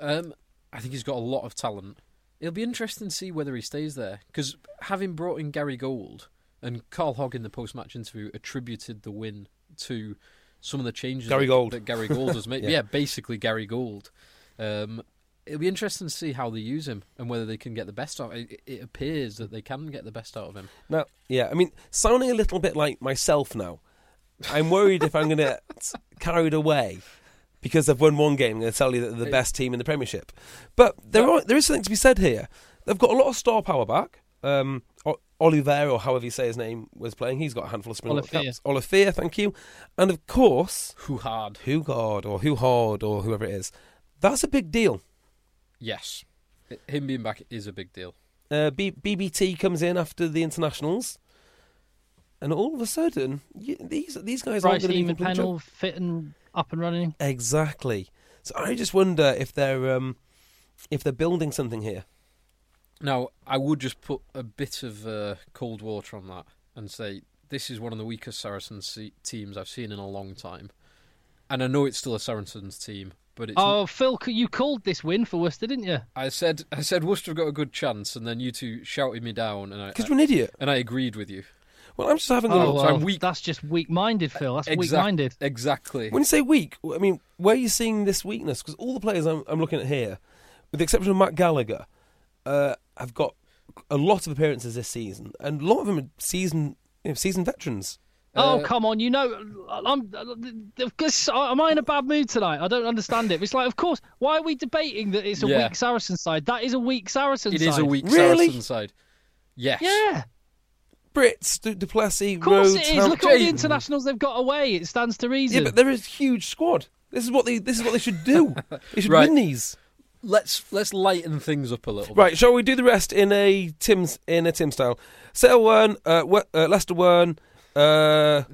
D: Um, I think he's got a lot of talent. It'll be interesting to see whether he stays there because having brought in Gary Gold and Carl Hogg in the post-match interview attributed the win to some of the changes
C: Gary
D: that,
C: Gold.
D: that Gary Gold has made.
C: *laughs* Yeah.
D: yeah. basically Gary Gold. Um, it'll be interesting to see how they use him and whether they can get the best out. It, it appears that they can get the best out of him.
C: Now, yeah, I mean, sounding a little bit like myself now, I'm worried if I'm going to get carried away because they've won one game. They're tell you that they're the best team in the Premiership, but there are there is something to be said here. They've got a lot of star power back. Um, O- Oliveira, or however you say his name, was playing. He's got a handful of spring
B: Olafia.
C: caps. Olafia, thank you, and of course,
D: Who hard?
C: Hugard or Huhard or whoever it is. That's a big deal.
D: Yes, him being back is a big deal.
C: uh, B- BBT comes in after the internationals, and all of a sudden, you, these these guys aren't
B: Bryce
C: going to be
B: Eamon
C: complete
B: panel fit and up and running.
C: jo- Exactly. So I just wonder if they're um, if they're building something here.
D: Now, I would just put a bit of uh, cold water on that and say this is one of the weakest Saracens se- teams I've seen in a long time. And I know it's still a Saracens team, but it's.
B: Oh, Phil, c- you called this win for Worcester, didn't you?
D: I said I said Worcester have got a good chance, and then you two shouted me down, and I,
C: Because
D: I-
C: you're an idiot.
D: and I agreed with you.
C: Well, I'm just having a
B: Oh,
C: look.
D: so I'm
B: well,
D: weak-
B: that's just weak-minded, Phil. That's
D: Exact-
B: weak-minded.
D: Exactly.
C: When you say weak, I mean where are you seeing this weakness? Because all the players I'm, I'm looking at here, with the exception of Matt Gallagher, uh, have got a lot of appearances this season, and a lot of them are season you know, seasoned veterans.
B: Oh
D: Uh,
B: come on! You know, I'm. of course, Am I in a bad mood tonight? I don't understand it. It's like, of course, why are we debating that it's a
D: Yeah.
B: weak Saracen side? That is a weak Saracen
D: It
B: side.
D: is a weak
C: Really?
D: Saracen side. Yes.
B: Yeah,
C: Brits, Du- Duplessis,
B: of course
C: Rhodes,
B: it is.
C: Ham-
B: Look at all the
C: James.
B: internationals they've got away. It stands to
C: Yeah,
B: reason.
C: but they're a huge squad. This is what they this is what they should
B: *laughs*
C: do. they should
D: Right.
C: win these.
D: Let's let's lighten things up a little. bit.
C: Right, shall we do the rest in a Tim's in a Tim style? Sale one, uh, we- uh, Leicester one, uh,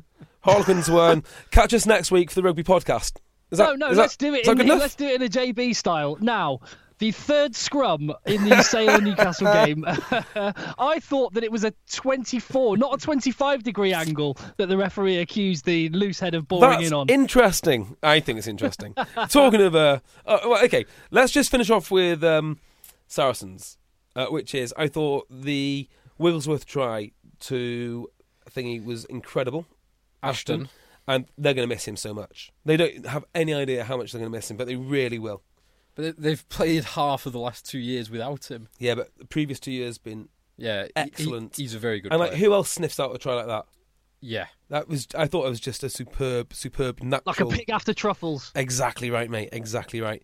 B: *laughs*
C: Harlequins won. Catch us next week for the rugby podcast. Is that,
B: no, no,
C: is
B: let's
C: that,
B: do
C: is
B: it.
C: that
B: In,
C: good
B: the-
C: enough?
B: let's do it in a JB style. Now, the third scrum in the Sale
C: *laughs*
B: Newcastle game, *laughs* I thought that it was a 24, not a 25 degree angle that the referee accused the loose head of boring
C: That's
B: in on.
C: interesting. I think it's
B: *laughs*
C: interesting. Talking of, uh, uh, well, okay, let's just finish off with um, Saracens, uh, which is I thought the Wigglesworth try to thingy was incredible.
D: Ashton.
C: and they're going to miss him so much. They don't have any idea how much they're going to miss him, but they really will.
D: But they- they've played half of the last two years without him.
C: Yeah, but the previous two years been
D: Yeah, he- he-
C: Excellent.
D: he's a very good
C: and
D: player.
C: like who else sniffs out a try like that?
D: yeah,
C: That was I thought it was just a superb, superb natural.
B: Like a pig after truffles.
C: Exactly right, mate. Exactly right.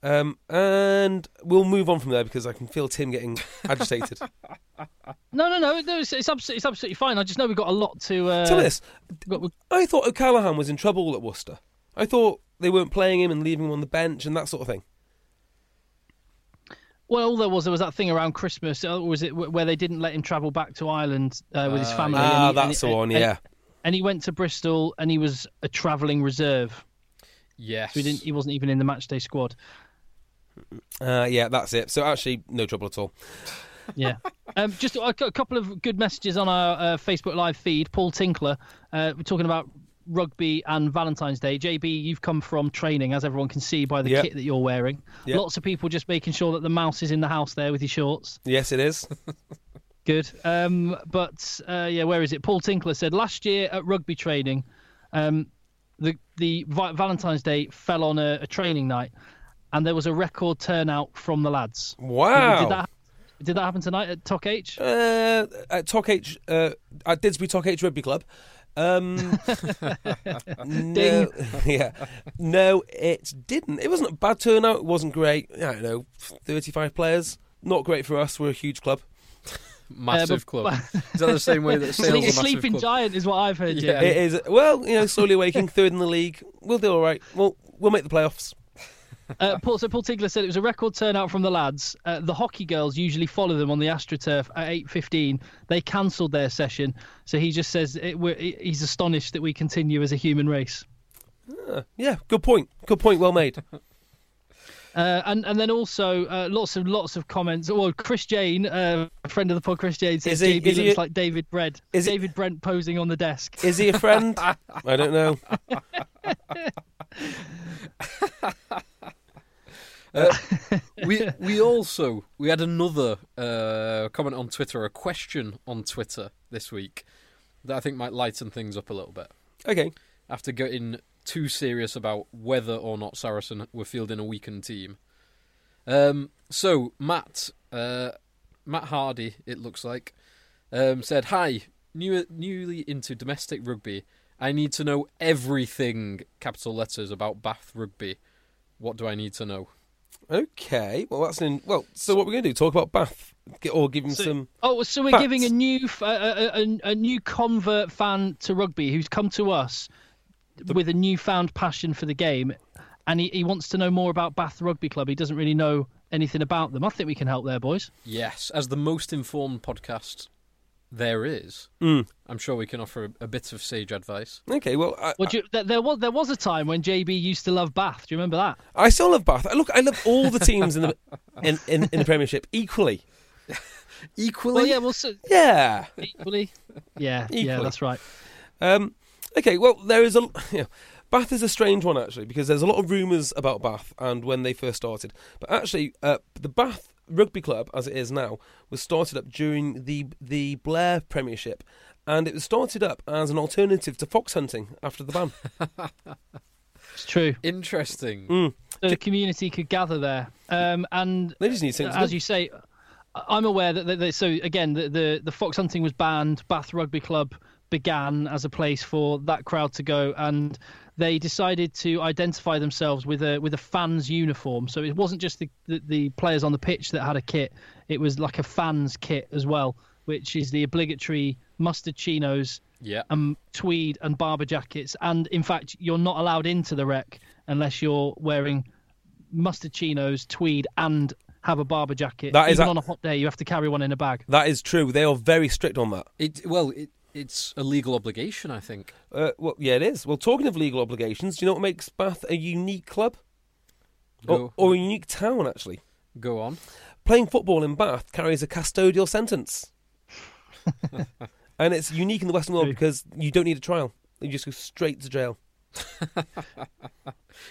C: Um, and we'll move on from there because I can feel Tim getting agitated.
B: No, no, no. no it's, it's, absolutely, it's absolutely fine. I just know we've got a lot to. Uh,
C: Tell me this.
B: we've got-
C: I thought O'Callaghan was in trouble at Worcester. I thought they weren't playing him and leaving him on the bench and that sort of thing.
B: Well, all there was there was that thing around Christmas, or was it wh- where they didn't let him travel back to Ireland uh, with his
D: Ah,
B: family?
C: Ah,
B: and he- and
C: that's
B: he-
C: the one,
B: and-
C: yeah.
B: And he went to Bristol, and he was a travelling reserve.
D: yes.
B: So he didn't. He wasn't even in the matchday squad.
C: Uh, yeah, that's it. So actually, no trouble at all.
B: Yeah. um, just a, a couple of good messages on our uh, Facebook live feed. Paul Tinkler, uh, we're talking about rugby and Valentine's Day. JB, you've come from training, as everyone can see by the
C: Yeah.
B: kit that you're wearing.
C: Yeah.
B: Lots of people just making sure that the mouse is in the house there with your shorts.
C: Yes,
B: *laughs*
C: it is.
B: Good. Um, but uh, yeah, where is it? Paul Tinkler said last year at rugby training, um, the the vi- Valentine's Day fell on a, a training night, and there was a record turnout from the lads. Did
C: Wow.
B: that did that happen tonight at Toc H?
C: Uh, at Tock H, uh, at Didsbury Tock H Rugby Club. Um, no, *laughs* yeah, no, it didn't. It wasn't a bad turnout. It wasn't great. I don't know, thirty-five players. Not great for us. We're a huge club.
D: massive
B: Uh, but-
D: club. Is that the same way that Sale's a
B: Sleep,
D: massive
B: sleeping
D: club?
B: giant is what I've heard.
D: Yeah.
B: Yeah.
C: It is well, you know, slowly waking, *laughs* third in the league. We'll do all right. We'll we'll make the playoffs.
B: Uh, Paul, so Paul Tinkler said it was a record turnout from the lads. Uh, the hockey girls usually follow them on the AstroTurf at 8.15. They cancelled their session. So he just says it, we're, he's astonished that we continue as a human race.
C: Uh, Yeah, good point. Good point. Well made.
B: Uh, and and then also uh, lots of lots of comments. Well, Chris Jane, uh, a friend of the pod, Chris Jane says
C: Is he-
B: JB
C: is
B: looks
C: he-
B: like David Brent.
C: is he-
B: David Brent posing on the desk.
C: Is he a friend? I don't know.
D: we we also we had another uh, comment on Twitter, a question on Twitter this week that I think might lighten things up a little bit.
C: Okay.
D: After getting too serious about whether or not Saracen were fielding a weakened team, um, so Matt uh, Matt Hardy, it looks like, um, said hi. New, newly into domestic rugby, I need to know everything capital letters about Bath rugby. What do I need to know?
C: Okay. Well, that's in. Well, so what we're going to do? Talk about Bath, Get- or give him
B: So-
C: some.
B: Oh, so we're
C: Facts.
B: giving a new f- a, a, a, a new convert fan to rugby who's come to us with a newfound passion for the game, and he, he wants to know more about Bath Rugby Club. He doesn't really know anything about them. I think we can help there, boys.
D: Yes, as the most informed podcast there is, I'm sure we can offer a, a bit of sage advice.
C: Okay. Well, I,
B: Well, do you, there, there was there was a time when JB used to love Bath. Do you remember that?
C: I still love Bath. Look, I love all the teams in the in, in, in the Premiership equally.
D: Equally,
B: Well, yeah, well, so,
C: Yeah.
B: equally, yeah, yeah,
C: Equally.
B: that's right.
C: Um, okay. Well, there is a yeah. Bath is a strange one actually because there's a lot of rumours about Bath and when they first started. But actually, uh, the Bath Rugby Club, as it is now, was started up during the the Blair Premiership, and it was started up as an alternative to fox hunting after the ban.
B: It's true.
D: interesting.
B: the community could gather there. Um, and
C: they just need things.
B: as you say, I- I'm aware that, that, that so again the, the the fox hunting was banned. Bath Rugby Club began as a place for that crowd to go, and they decided to identify themselves with a with a fans uniform. So it wasn't just the the, the players on the pitch that had a kit; it was like a fans kit as well, which is the obligatory mustard chinos
D: Yeah,
B: um, tweed and barber jackets. And in fact, you're not allowed into the rec unless you're wearing mustard chinos, tweed, and have a barber jacket.
C: That is
B: Even
C: a-
B: on a hot day, you have to carry one in a bag.
C: that is true. They are very strict on that.
D: it well, it, it's a legal obligation, I think.
C: Uh, well, yeah, it is. Well, talking of legal obligations, do you know what makes Bath a unique club? Or,
D: Go,
C: or a unique town, actually?
D: go on.
C: Playing football in Bath carries a custodial sentence. and it's unique in the Western world
B: True.
C: because you don't need a trial. You just go straight to jail.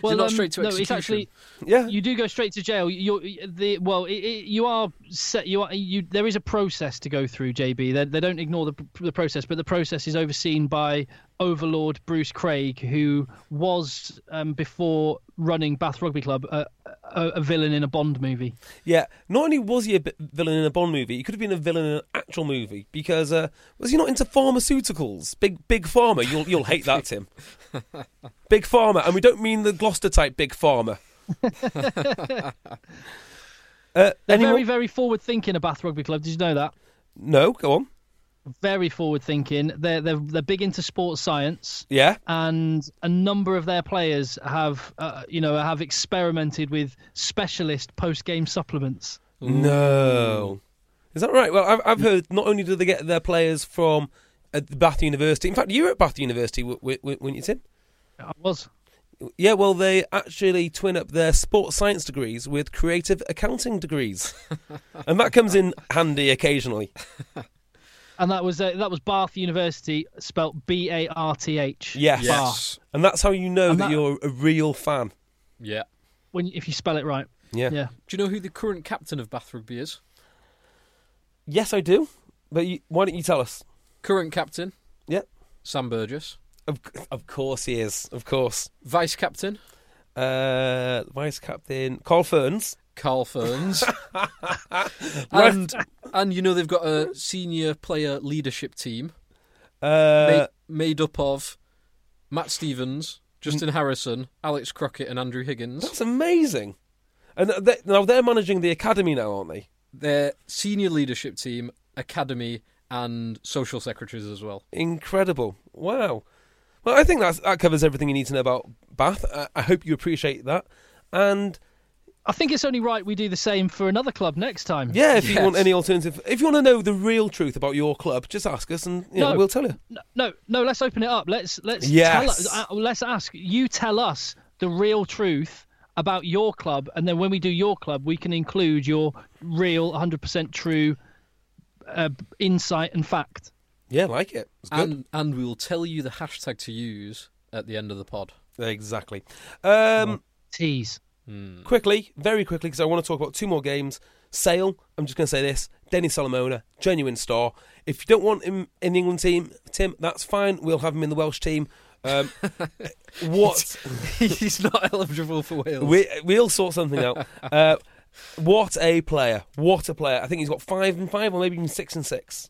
D: You're not straight to
B: um, no, it's
D: execution.
B: actually
C: Yeah.
B: you do go straight to jail. You're the well, it, it, you are set. You are you. There is a process to go through, JB. They, they don't ignore the the process, but the process is overseen by Overlord Bruce Craig, who was um, before running Bath Rugby Club a, a, a villain in a Bond movie.
C: Yeah. Not only was he a bi- villain in a Bond movie, he could have been a villain in an actual movie because uh, was he not into pharmaceuticals? Big Big Pharma. You'll you'll hate
B: *laughs*
C: that, Tim. Big Pharma, and we don't mean the Gloucester type Big
B: *laughs*
C: Pharma. uh,
B: They're
C: anyone-
B: very very forward thinking. A Bath Rugby Club. Did you know that?
C: No, go on.
B: Very forward thinking. They're they're they're big into sports science.
C: Yeah.
B: and a number of their players have, uh, you know, have experimented with specialist post-game supplements.
C: No. Is that right? Well, I've, I've heard not only do they get their players from uh, Bath University. In fact, you were at Bath University, w- w- w- weren't you, Tim?
B: I was.
C: Yeah, well, they actually twin up their sports science degrees with creative accounting degrees, and that comes in handy occasionally.
B: And that was uh, that was Bath University, spelt B A R T H.
C: Yes,
D: Yes.
C: Ah. and that's how you know
B: And
C: that,
B: that-
C: you're a real fan.
D: Yeah.
B: When if you spell it right.
C: Yeah.
B: Yeah.
D: Do you know who the current captain of Bath Rugby is?
C: Yes, I do. But you, why don't you tell us?
D: Current captain,
C: Yeah.
D: Sam Burgess.
C: Of, c- of course he is. Of course.
D: Vice captain,
C: Uh, Vice captain Carl Ferns. *laughs*
D: Carl Ferns. *laughs* and and you know they've got a senior player leadership team
C: Uh,
D: made, made up of Matt Stevens,
C: Mm.
D: Justin Harrison, Alex Crockett, and Andrew Higgins.
C: That's amazing. And th- they, now they're managing the academy now, aren't they?
D: Their senior leadership team, academy, and social secretaries as well.
C: Incredible. Wow. Well, I think that's, that covers everything you need to know about Bath. I, I hope you appreciate that. And
B: I think it's only right we do the same for another club next time.
C: yeah, if you
D: Yes.
C: want any alternative, if you want to know the real truth about your club, just ask us, and you know,
B: No.
C: we'll tell you.
B: No, no, no, let's open it up. Let's let's tell
C: Yes.
B: us, uh, let's ask you tell us the real truth about your club and then when we do your club we can include your real 100% true uh, insight and fact.
C: Yeah, like it. It's good.
D: And and we will tell you the hashtag to use at the end of the
C: *laughs*
D: pod.
C: exactly. Um,
B: Tease.
C: Quickly, very quickly, because I want to talk about two more games. Sale, I'm just going to say this Denny Salamona, genuine star. If you don't want him in the England team, Tim, that's fine. We'll have him in the Welsh team.
D: *laughs*
C: Um, what?
D: He's not eligible for Wales.
C: We, we'll sort something out. Uh, what a player. What a player. I think he's got five and five, or maybe even six and six.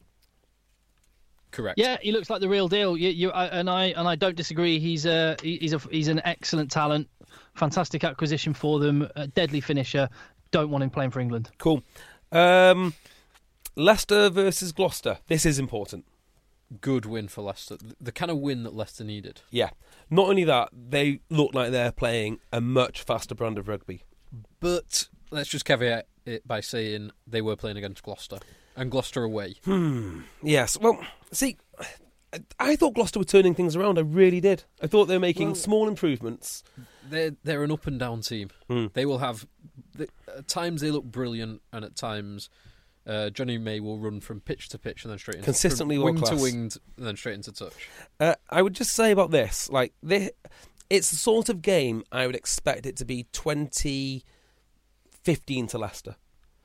D: Correct.
B: Yeah, he looks like the real deal. You, you, I, and I and I don't disagree. He's a he- he's a he's an excellent talent, fantastic acquisition for them, a deadly finisher. Don't want him playing for England.
C: Cool. Um, Leicester versus Gloucester. This is important.
D: Good win for Leicester. The kind of win that Leicester needed.
C: Yeah. Not only that, they look like they're playing a much faster brand of rugby.
D: But let's just caveat it by saying they were playing against Gloucester and Gloucester away.
C: Hmm. Yes. Well, see, I- I thought Gloucester were turning things around. I really did. I thought they were making small improvements.
D: They're they're an up and down team.
C: Hmm.
D: They will have th- at times they look brilliant, and at times uh, Johnny May will run from pitch to pitch and then straight into
C: Consistently
D: from wing
C: world-class.
D: to winged and then straight into touch.
C: Uh, I would just say about this, like this, it's the sort of game I would expect it to be 2015 to Leicester.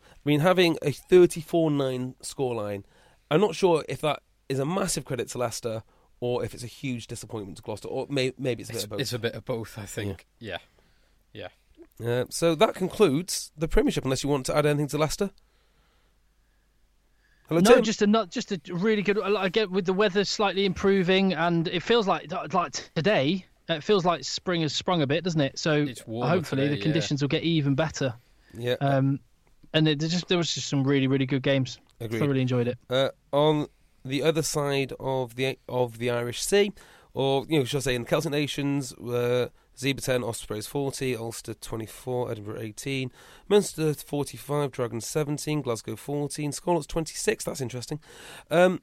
C: I mean, having a 34-9 scoreline, I'm not sure if that is a massive credit to Leicester or if it's a huge disappointment to Gloucester, or may, maybe it's a bit
D: It's,
C: of both.
D: it's a bit of both, I think. Yeah, yeah.
C: Uh, so that concludes the Premiership, unless you want to add anything to Leicester. Hello,
B: No,
C: Tim?
B: just a not just a really good. I get with the weather slightly improving, and it feels like like today. It feels like spring has sprung a bit, doesn't it? So
D: It's warmer
B: hopefully
D: today,
B: the
D: yeah.
B: conditions will get even better.
C: yeah,
B: Um, and it, there's just there was just some really really good games.
C: Agreed.
B: I really enjoyed it.
C: uh, on the other side of the of the Irish Sea, or you know, should I say, in the Celtic nations, uh, Zebra ten, Ospreys forty, Ulster twenty four, Edinburgh eighteen, Munster forty five, Dragons seventeen, Glasgow fourteen, Scarlets twenty six. That's interesting. Um,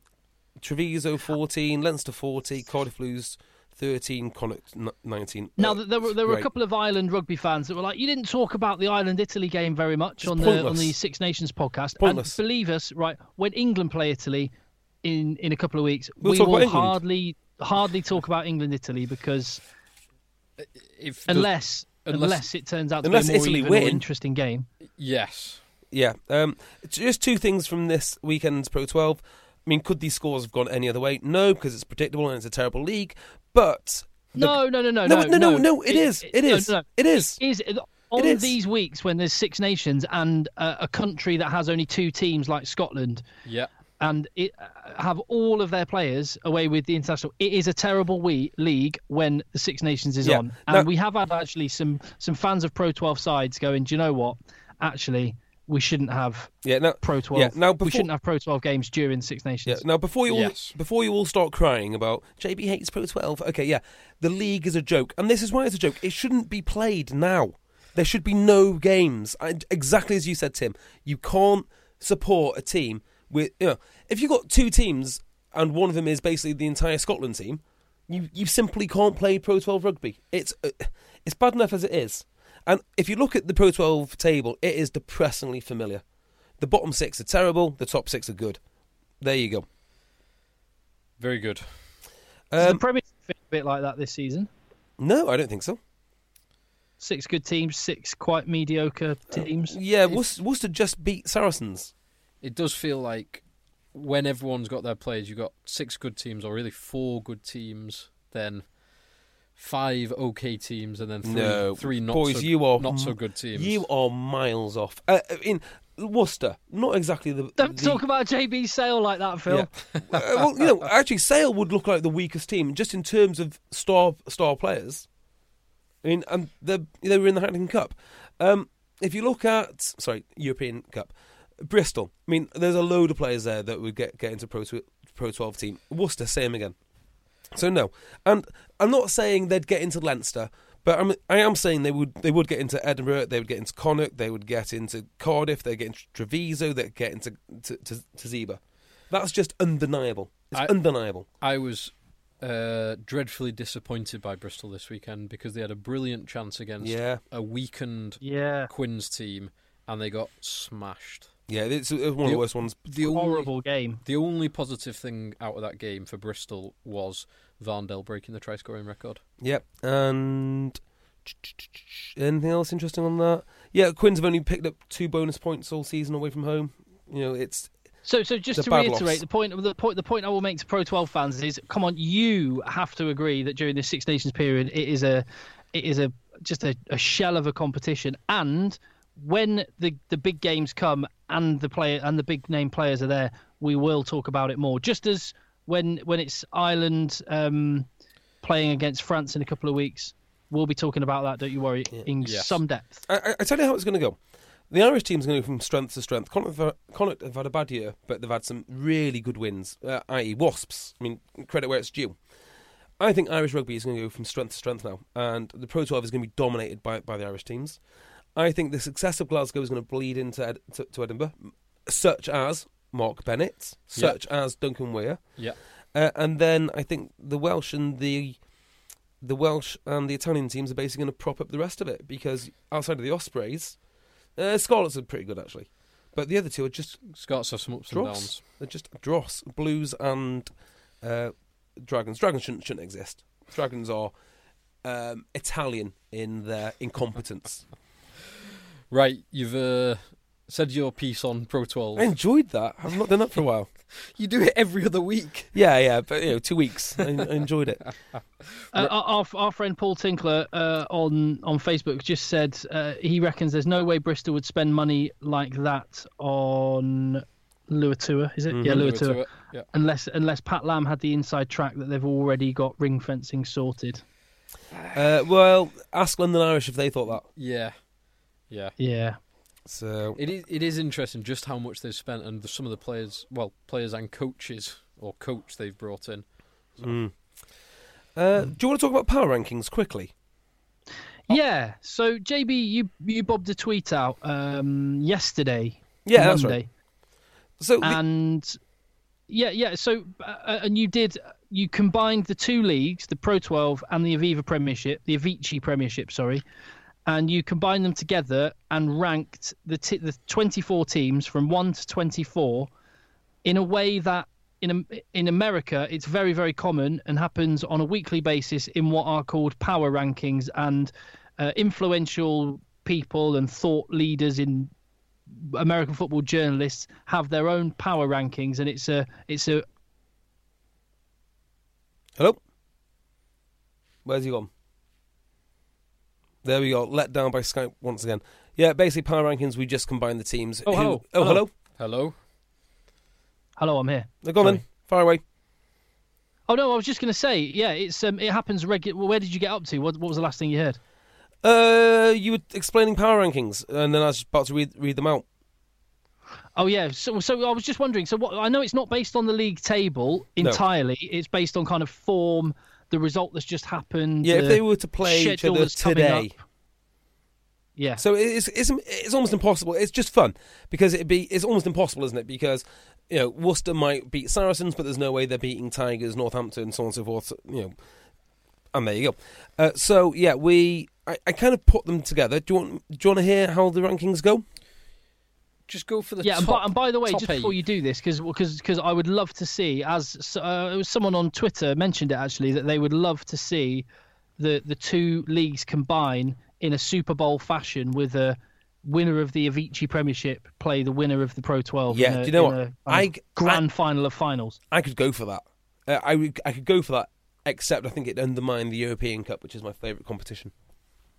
C: Treviso 14, Leinster 40, Cardiff Blues 13, Connacht n- 19.
B: Now,
C: Uh,
B: th- there were,
C: it's
B: there were a
C: great.
B: couple of Ireland rugby fans that were like, "You didn't talk about the Ireland Italy game very much on the on
C: pointless.
B: the Six Nations podcast."
C: Pointless.
B: And believe us, right? When England play Italy in in a couple of weeks,
C: We'll
B: we
C: talk about
B: will
C: England.
B: hardly hardly talk about England Italy because
D: If
B: unless
D: unless-
B: unless, it turns out to
C: Unless
B: be a more
C: Italy
B: even or
C: win.
B: interesting game.
D: yes,
C: Yeah. Um, just two things from this weekend's Pro 12. I mean, could these scores have gone any other way? No, because it's predictable and it's a terrible league. But
B: No, no, no, no,
C: no,
B: no,
C: no, no, no, it is, it
B: no,
C: is,
B: no, no.
C: it is.
B: Is on
C: is.
B: these weeks when there's Six Nations and uh, a country that has only two teams like Scotland.
D: yeah,
B: and it, uh, have all of their players away with the international. It is a terrible we, league when the Six Nations is
C: Yeah.
B: on, and
C: Now-
B: we have had actually some some fans of Pro 12 sides going, do you know what? Actually, we shouldn't have
C: yeah, now,
B: Pro 12.
C: Yeah, now before-
B: we shouldn't have Pro 12 games during Six
C: Yeah.
B: Nations.
C: Now, before you all
D: Yes.
C: before you all start crying about JB hates Pro 12, okay, yeah, the league is a joke, and this is why it's a joke. It shouldn't be played now. There should be no games. I, exactly as you said, Tim. You can't support a team with you know if you've got two teams and one of them is basically the entire Scotland team, you you simply can't play Pro 12 rugby. It's uh, it's bad enough as it is. And if you look at the Pro 12 table, it is depressingly familiar. The bottom six are terrible. The top six are good. There you go.
D: very good.
B: So
C: Um,
B: the Premier League fit a bit like that this season.
C: no, I don't think so.
B: Six good teams, six quite mediocre teams.
C: Yeah, Worcester, Worcester just beat Saracens.
D: It does feel like when everyone's got their players, you've got six good teams, or really four good teams, then five okay teams, and then three,
C: No,
D: three not
C: boys,
D: so,
C: you are
D: not so good teams.
C: You are miles off. Uh, in Worcester, not exactly the.
B: Don't
C: the-
B: talk about JB Sale like that, Phil.
C: Yeah. *laughs* Uh, well, you know, actually, Sale would look like the weakest team just in terms of star star players. I mean, um, they they were in the Heineken Cup. Um, if you look at sorry European Cup, Bristol. I mean, there's a load of players there that would get get into pro tw- pro twelve team. Worcester, same again. So no, and I'm not saying they'd get into Leinster, but I'm I am saying they would they would get into Edinburgh, they would get into Connacht, they would get into Cardiff, they would get into Treviso, they would get into to, to, to Zebra. That's just undeniable. It's
D: I-
C: undeniable.
D: I was uh, dreadfully disappointed by Bristol this weekend because they had a brilliant chance against
C: Yeah,
D: a weakened
B: Yeah.
D: Quinns team, and they got smashed.
C: yeah, it's it's one of
D: The-
C: the worst ones.
D: The Only,
B: Horrible game.
D: the only positive thing out of that game for Bristol was Varndell breaking the try scoring record.
C: Yep, and anything else interesting on that? Yeah, Quinns have only picked up two bonus points all season away from home. You know, it's
B: So, so just
C: It's
B: to
C: a bad
B: reiterate,
C: loss.
B: the point, the point, the point I will make to Pro 12 fans is: come on, you have to agree that during the Six Nations period, it is a, it is a just a, a shell of a competition. And when the the big games come and the player and the big name players are there, we will talk about it more. Just as when when it's Ireland um, playing against France in a couple of weeks, we'll be talking about that. Don't you worry, in
D: Yes.
B: some depth.
C: I, I- I tell you how it's going to go. The Irish team's going to go from strength to strength. Connacht have, Connacht have had a bad year, but they've had some really good wins, uh, i.e., Wasps. I mean, credit where it's due. I think Irish rugby is going to go from strength to strength now, and the Pro 12 is going to be dominated by, by the Irish teams. I think the success of Glasgow is going to bleed into Ed, to, to Edinburgh, such as Mark Bennett,
D: Yeah.
C: such as Duncan Weir.
D: Yeah.
C: Uh, and then I think the Welsh and the the Welsh and the Italian teams are basically going to prop up the rest of it because outside of the Ospreys, uh, Scarlets are pretty good actually, but the other two are just
D: Scots have some ups and
C: dross.
D: downs.
C: They're just dross. Blues and uh, dragons. Dragons shouldn't, shouldn't exist. Dragons are um, Italian in their *laughs* incompetence.
D: Right, you've uh, said your piece on Pro 12.
C: I enjoyed that. I've not done that for a while.
D: you do it every other week.
C: *laughs* Yeah, yeah, but you know, two weeks. I, I enjoyed it.
B: Uh, our, our- our friend Paul Tinkler uh, on on Facebook just said uh, he reckons there's no way Bristol would spend money like that on Luatua. Is it? Yeah,
C: Mm-hmm.
D: We'll do it to
B: Luatua.
D: it. Yeah.
B: Unless unless Pat Lam had the inside track that they've already got ring fencing sorted.
C: *laughs* Uh, well, ask London Irish if they thought that.
D: yeah. Yeah.
B: Yeah.
C: So
D: It is it is interesting just how much they've spent and the, some of the players, well, players and coaches or coach they've brought in.
C: Mm. Uh, do you want to talk about power rankings quickly? Oh.
B: Yeah. So JB, you you bobbed a tweet out um, yesterday.
C: Yeah, that's
B: Monday, Uh,
C: right. So the-
B: And yeah, yeah. So, uh, and you did, you combined the two leagues, the Pro 12 and the Aviva Premiership, the Avicii Premiership, sorry, and you combined them together and ranked the, t- the 24 teams from 1 to 24 in a way that in, Am- in America it's very, very common and happens on a weekly basis in what are called power rankings and uh, influential people and thought leaders in American football journalists have their own power rankings, and it's a it's a
C: Hello? Where's he gone? There we go. Let down by Skype once again. Yeah, basically power rankings. We just combine the teams.
B: Oh, hello.
C: Oh, hello.
B: Hello.
D: Hello.
B: hello. I'm here.
C: They're gone then. Far away.
B: Oh no, I was just going to say, yeah, it's um, it happens regular. Where did you get up to? What what was the last thing you heard?
C: Uh, you were explaining power rankings, and then I was about to read read them out.
B: Oh yeah, so so I was just wondering. So what I know it's not based on the league table
C: No.
B: entirely. It's based on kind of form, the result that's just happened.
C: Yeah,
B: the
C: if they were to play each
B: schedule
C: other
B: that's coming
C: today.
B: up. Yeah.
C: So it's, it's it's almost impossible. It's just fun because it'd be it's almost impossible, isn't it? Because you know Worcester might beat Saracens, but there's no way they're beating Tigers, Northampton, so on and so forth. You know, and there you go. Uh, so yeah, we I, I kind of put them together. Do you want do you want to hear how the rankings go?
D: Just go for the
B: yeah, and
D: top-
B: by, and by the way,
D: top
B: just before
D: eight.
B: you do this, because I would love to see, as uh, it was someone on Twitter mentioned it actually, that they would love to see the the two leagues combine in a Super Bowl fashion with a winner of the Avicii Premiership play the winner of the Pro 12.
C: Yeah,
B: in a-
C: do you
B: in
C: know what?
B: a kind of
C: I-
B: grand final of finals.
C: I could go for that. Uh, I would, I could go for that. Except I think it undermined the European Cup, which is my favourite competition.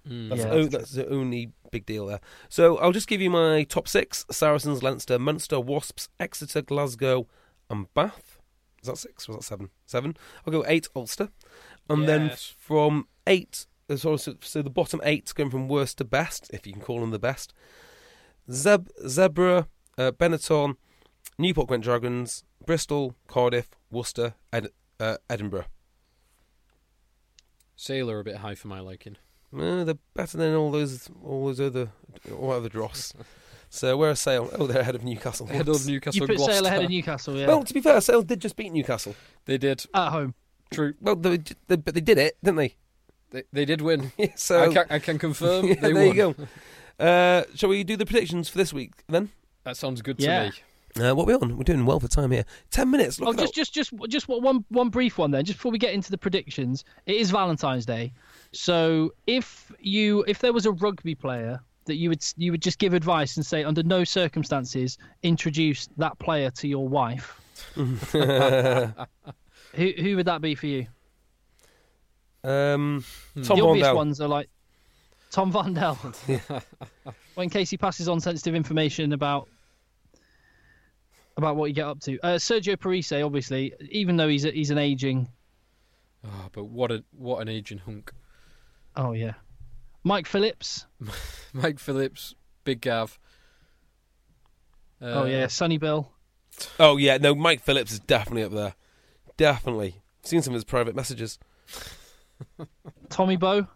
C: That's,
B: Yeah,
C: the, o- that's the only big deal there. So I'll just give you my top six: Saracens, Leinster, Munster, Wasps, Exeter, Glasgow, and Bath. Is that six? Was that seven? Seven. I'll go eight Ulster, and then
D: Yes.
C: from eight. uh, So, so, so the bottom eight going from worst to best, if you can call them the best. Zeb, Zebra, uh, Benetton, Newport Gwent Dragons, Bristol, Cardiff, Worcester, Ed- uh, Edinburgh.
D: Sailor are a bit high for my liking.
C: Uh, they're better than all those all those other all other
D: *laughs*
C: dross. so where are Sale? Oh, they're ahead of Newcastle.
D: Ahead
C: Whoops.
D: of Newcastle.
B: You put
D: Gloucester.
B: Sale ahead of Newcastle, yeah,
C: Well, to be fair, Sale did just beat Newcastle.
D: They did.
B: at home.
D: True.
C: Well, they, they, but they did it, didn't they? *laughs*
D: They, they did win.
C: Yeah, so
D: I, can, I can *laughs* confirm.
C: *laughs* yeah,
D: they
C: there
D: won.
C: you go. Uh, shall we do the predictions for this week then?
D: That sounds good
B: Yeah.
D: to me.
C: Uh, what are we on? We're doing well for time here. Ten minutes. Look
B: Oh,
C: at
B: just,
C: that.
B: just, just, just one, one brief one then. Just before we get into the predictions, it is Valentine's Day, so if you, if there was a rugby player that you would, you would just give advice and say, under no circumstances, introduce that player to your
C: *laughs*
B: wife. who, who would that be for you?
C: Um,
D: Hmm.
C: Tom
B: the obvious
C: Wandale.
B: ones are like Tom
C: *laughs*
B: Vandell. well, in case he passes on sensitive information about about what you get up to, uh, Sergio Parise, obviously, even though he's a, he's an aging
D: Oh, but what a what an aging hunk.
B: Oh yeah, Mike Phillips.
D: Mike Phillips, Big Gav. Uh,
B: oh yeah, Sonny Bill.
C: Oh yeah, no, Mike Phillips is definitely up there. Definitely. Seen some of his private messages.
B: Tommy Bow.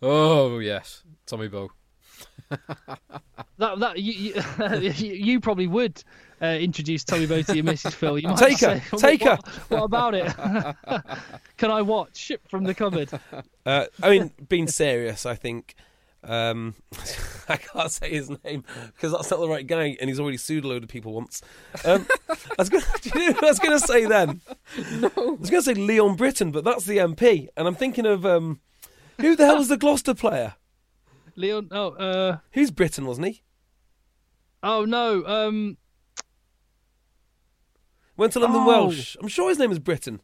D: Oh yes, Tommy Bow.
B: That that you you, *laughs* you probably would uh, introduce Tommy Bow to your Mrs.
C: *laughs*
B: Phil. You might
C: Take her,
B: say, *laughs*
C: take her."
B: "What- What about it? *laughs* Can I watch from the cupboard?
C: Uh, I mean, being serious, I think um, *laughs* I can't say his name because that's not the right guy, and he's already sued a load of people once. Um, I was *laughs* going to say then. I was going to say Leon Britton, but that's the MP, and I'm thinking of um, who the hell was the Gloucester player?
B: Leon. Oh uh
C: Who's Britton, wasn't he?
B: oh no. Um
C: Went to London
B: Oh.
C: Welsh. I'm sure his name is Britton.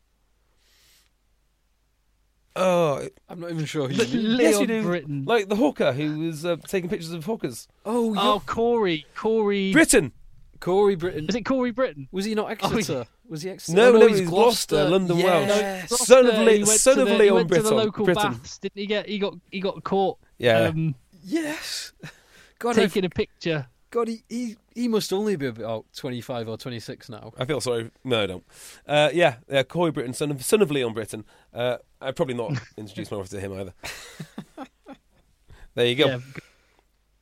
C: Oh,
D: I'm not even sure.
B: L-
D: Who you...
B: Leon
C: yes, you do.
B: Britton.
C: Like the hooker who was uh, taking pictures of hookers.
D: Oh, yeah.
B: oh Corey Corey.
C: Britain.
D: Corey Britton.
B: Is it Corey Britton?
D: Was he not
B: yeah.
D: Exeter? Was he Exeter?
C: No,
D: Oh,
C: no,
D: he's
C: he's Gloucester, London Welsh.
D: Yes.
C: No, Son of
B: Gloucester,
C: Le-
B: he went
C: son
B: to
C: of
B: the, he
C: Leon
B: went to the
C: Britton.
B: local
C: Britton.
B: baths, didn't he? Get he got he got caught.
C: Yeah.
B: Um,
D: Yes. God, I-
B: taking a picture.
D: God, he, he he must only be about 25 or 26 now.
C: I feel sorry. No, I don't. Uh, yeah, yeah, Corey Britton, son of son of Leon Britton. Uh, I probably
D: *laughs*
C: not introduce my wife to him either. there you go.
B: Yeah,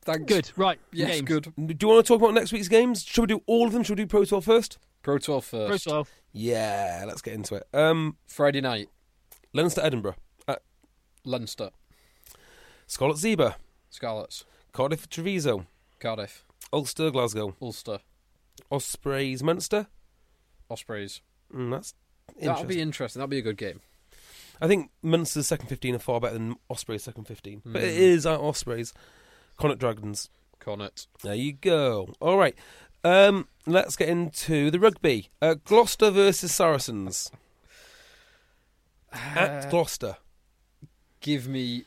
D: Thanks.
B: Good, right.
D: Yes,
B: games.
D: good.
C: Do you want to talk about next week's games? Should we do all of them? Should we do Pro Tour first?
D: Pro 12 first.
B: Pro 12.
C: Yeah, let's get into it. Um,
D: Friday night,
C: Leinster, Edinburgh. Uh,
D: Leinster,
C: Scarlet Zebra.
D: Scarlets,
C: Cardiff, Treviso.
D: Cardiff,
C: Ulster, Glasgow.
D: Ulster,
C: Ospreys, Munster.
D: Ospreys.
C: Mm, that's
D: That'll
C: interesting.
D: be interesting. That'll be a good game.
C: I think Munster's second 15 are far better than Ospreys' second 15. But
D: Hmm.
C: it is at Ospreys. Connacht Dragons.
D: Connacht.
C: There you go. All right. Um, let's get into the rugby. Uh, Gloucester versus Saracens.
D: Uh,
C: At Gloucester.
D: Give me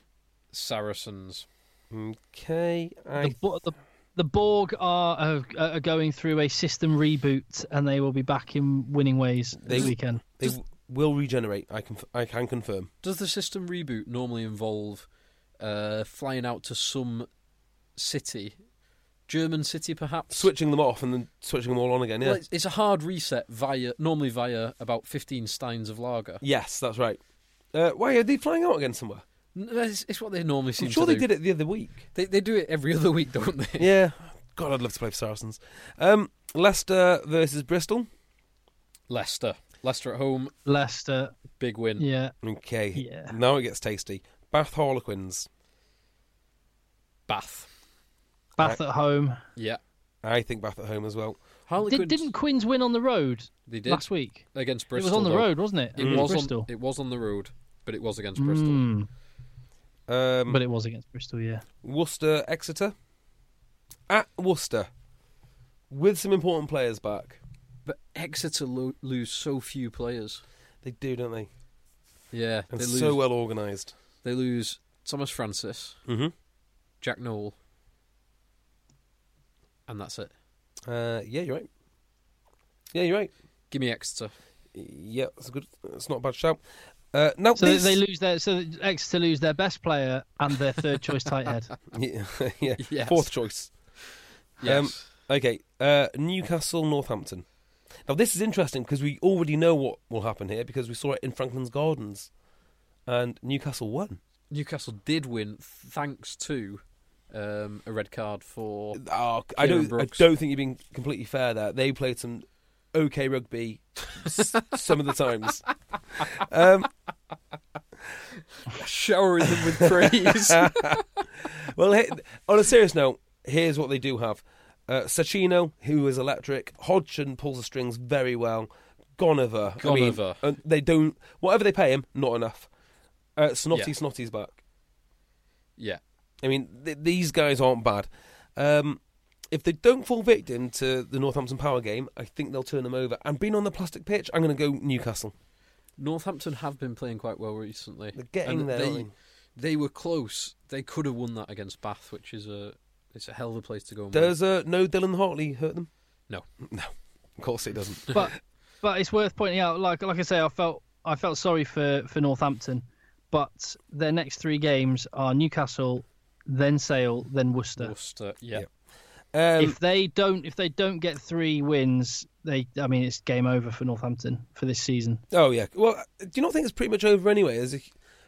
D: Saracens.
C: Okay.
B: The,
C: I,
B: Bo- the, the Borg are, are, are going through a system reboot and they will be back in winning ways this
C: They-
B: weekend.
C: they w- will regenerate. I can I can confirm.
D: Does the system reboot normally involve uh, flying out to some city, German city perhaps?
C: Switching them off and then switching them all on again. Yeah.
D: Well, it's, it's a hard reset via normally via about fifteen steins of lager.
C: yes, that's right. Uh, why are they flying out again somewhere?
D: N- It's, it's what they normally seem
C: I'm sure they
D: to do.
C: did it the other week.
D: They, they do it every *laughs* other week, don't they?
C: yeah. God, I'd love to play for Saracens. Um, Leicester versus Bristol.
D: Leicester, Leicester at home,
B: Leicester,
D: big win.
B: yeah.
C: Okay.
B: Yeah.
C: Now it gets tasty. Bath Harlequins.
D: Bath,
B: Bath at home.
D: yeah.
C: I think Bath at home as well.
D: Harlequins,
B: Did, didn't Quinns win on the road
D: they did
B: last week?
D: against Bristol?
B: it was on the
D: though.
B: road, wasn't it?
D: It was
B: Bristol.
D: on. It was on the road, but it was against Bristol.
B: Mm,
C: Um,
B: but it was against Bristol, yeah.
C: Worcester Exeter. At Worcester. With some important players back.
D: But Exeter lo- lose so few players.
C: They do, don't they?
D: Yeah,
C: And
D: they lose.
C: so well organised.
D: They lose Thomas Francis,
C: Mm-hmm.
D: Jack Noel, and that's it.
C: Uh, yeah, you're right. Yeah, you're right.
D: Give me Exeter.
C: Yeah, that's a good. That's not a bad shout. Uh, now
B: So
C: this,
B: they lose their so Exeter lose their best player and their third choice
D: *laughs*
B: tight head.
C: *laughs* yeah, yeah.
D: Yes.
C: fourth choice. Um,
D: Yes.
C: Okay, uh, Newcastle Northampton. Now this is interesting because we already know what will happen here because we saw it in Franklin's Gardens, and Newcastle won.
D: Newcastle did win thanks to um, a red card for.
C: Oh, I
D: Kieran
C: don't. I
D: Brooks.
C: don't think you're being completely fair there. They played some okay rugby s- *laughs* some of the times. Um,
D: Showering them with praise.
C: *laughs* well, he- on a serious note, here's what they do have: uh, Sacchino, who is electric. Hodgson pulls the strings very well. Gonover, I mean,
D: Gonover.
C: uh, they don't. Whatever they pay him, not enough. Uh, Snotty,
D: Yeah.
C: Snotty's back.
D: yeah.
C: I mean, th- these guys aren't bad. Um, if they don't fall victim to the Northampton Power game, I think they'll turn them over. And being on the plastic pitch, I'm going to go Newcastle.
D: Northampton have been playing quite well recently.
C: They're getting
D: And
C: there.
D: They,
C: aren't
D: they were close. They could have won that against Bath, which is a it's a hell of a place to go. And
C: they?
D: win.
C: Does uh, no Dylan Hartley hurt them?
D: No.
C: *laughs* no. Of course it doesn't.
B: But but it's worth pointing out, like like I say, I felt I felt sorry for, for Northampton, but their next three games are Newcastle, then Sale, then Worcester.
D: Worcester? Yeah.
C: Yeah. Um,
B: if they don't if they don't get three wins, they I mean it's game over for Northampton for this season.
C: Oh yeah. Well, do you not think it's pretty much over anyway? Is it,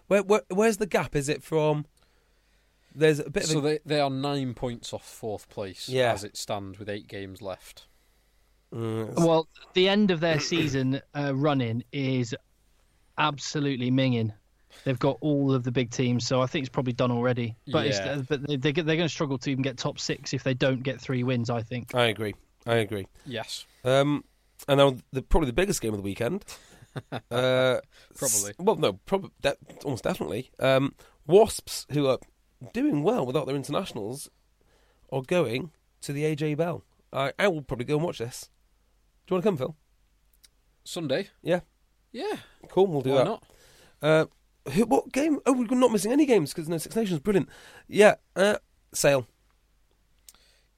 C: where, where where's the gap? Is it from? There's a bit
D: So
C: of a,
D: they they are nine points off fourth place
C: Yeah.
D: as it stands with eight games left.
C: Mm,
B: Well, the end of their season uh, running is absolutely minging. They've got all of the big teams, so I think it's probably done already. But
D: Yeah.
B: it's, but they, they're going to struggle to even get top six if they don't get three wins. I think.
C: I agree. I agree.
D: Yes.
C: Um, and now the probably the biggest game of the
D: *laughs*
C: weekend. Uh,
D: Probably.
C: s- well, no, probably de- almost definitely. Um, Wasps, who are doing well without their internationals, are going to the AJ Bell. I I will probably go and watch this. Do you want to come, Phil?
D: Sunday.
C: Yeah.
D: Yeah.
C: Cool. We'll do
D: Why
C: that.
D: not?
C: Uh, who, what game? Oh, we're not missing any games because no Six Nations. Brilliant. Yeah, uh, Sale.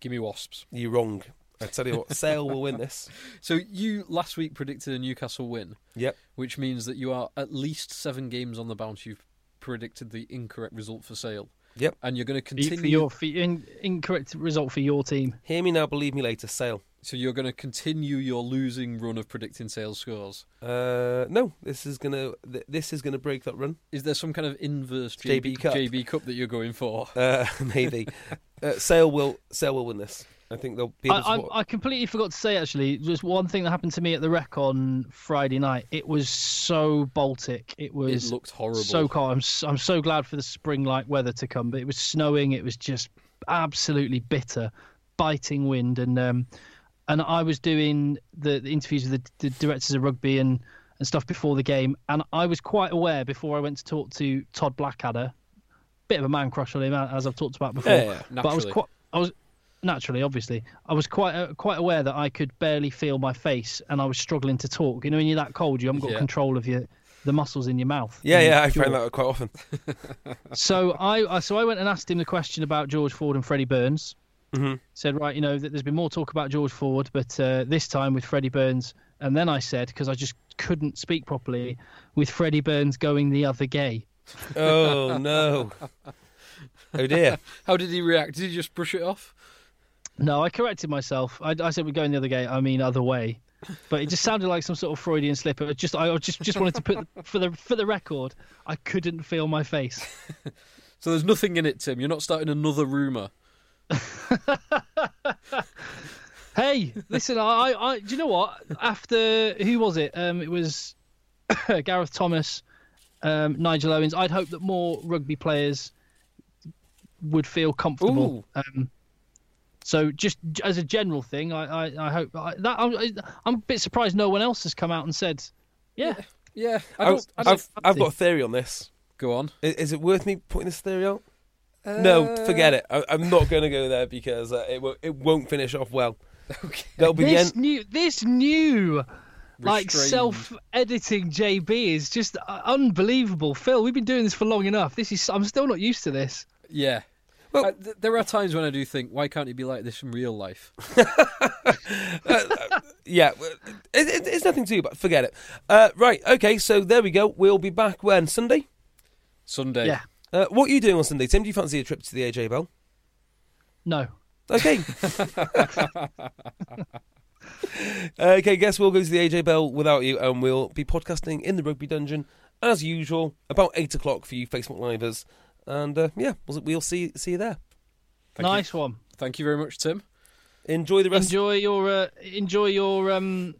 D: Give me Wasps.
C: You're wrong. I tell you what, Sale will win
D: *laughs*
C: this.
D: So you last week predicted a Newcastle win,
C: Yep.
D: which means that you are at least seven games on the bounce. You've predicted the incorrect result for Sale,
C: Yep.
D: and you're going to
B: For you-
D: continue.
B: For your for your in, incorrect result for your team.
C: Hear me now, believe me later. Sale.
D: So you're going to continue your losing run of predicting Sale scores.
C: Uh, no, this is gonna th- this is gonna break that run.
D: Is there some kind of inverse
C: JB
D: JB,
C: Cup. *laughs*
D: JB Cup that you're going for?
C: Uh, maybe uh, Sale will Sale will win this. I think they'll be
B: I,
C: able to.
B: I, I completely forgot to say actually, just one thing that happened to me at the wreck on Friday night. It was so Baltic. It was
D: It looked horrible.
B: So cold. I'm s- I'm so glad for the spring like weather to come, but it was snowing. It was just absolutely bitter, biting wind, and um, and I was doing the, the interviews with the, the directors of rugby and and stuff before the game, and I was quite aware before I went to talk to Todd Blackadder. Bit of a man crush on him, as I've talked about before.
C: Yeah, yeah,
B: But I was
D: naturally.
B: quite, I was naturally, obviously, I was quite uh, quite aware that I could barely feel my face, and I was struggling to talk. You know, when you're that cold, you haven't got
D: Yeah.
B: control of your the muscles in your mouth.
C: yeah,
B: And
C: yeah, I
B: your
C: find that quite often.
B: so I, I so I went and asked him the question about George Ford and Freddie Burns.
C: Mhm.
B: Said right, you know, that there's been more talk about George Ford, but uh, this time with Freddie Burns. And then I said because I just couldn't speak properly with Freddie Burns going the other gay.
D: *laughs*
C: Oh no! Oh dear!
D: How did he react? Did he just brush it off?
B: No, I corrected myself. I, I said we're going the other gay. I mean other way. But it just sounded like some sort of Freudian slip. It just I just just wanted to put for the for the record, I couldn't feel my face.
D: So there's nothing in it, Tim. You're not starting another rumour.
B: Hey, listen, I, I, do you know what? After who was it? Um, it was *coughs* Gareth Thomas, um, Nigel Owens. I'd hope that more rugby players would feel comfortable. Um, so, just j- as a general thing, I, I, I hope I, that I'm, I- I'm a bit surprised no one else has come out and said, "Yeah,
D: Yeah, I
C: I
D: don't.
C: have
D: I don't
C: I've, I've got a theory on this.
D: go on.
C: I- Is, it worth me putting this theory out? no,
D: Uh,
C: forget it. I, I'm not going to go there because uh, it won't, it won't finish off well.
D: Okay.
C: That'll be the
B: this
C: end.
B: new, this new." Like
D: Restrained.
B: self-editing JB is just uh, unbelievable. Phil, we've been doing this for long enough. This is—I'm still not used to this.
D: Yeah.
C: Well-
D: I- th- there are times when I do think, why can't he be like this in real life?
C: Yeah, well, it, it, it's nothing to you, but forget it. Uh, right, okay, so there we go. We'll be back when Sunday.
D: Sunday.
B: Yeah.
C: Uh, what are you doing on Sunday, Tim? Do you fancy a trip to the AJ Bell?
B: No.
C: Okay. okay, guess we'll go to the AJ Bell without you, and we'll be podcasting in the Rugby Dungeon as usual about eight o'clock for you Facebook livers. And uh, yeah, we'll, we'll see see you there.
D: Thank
B: nice one.
D: Thank you very much, Tim.
C: Enjoy the rest.
B: Enjoy your uh, enjoy your um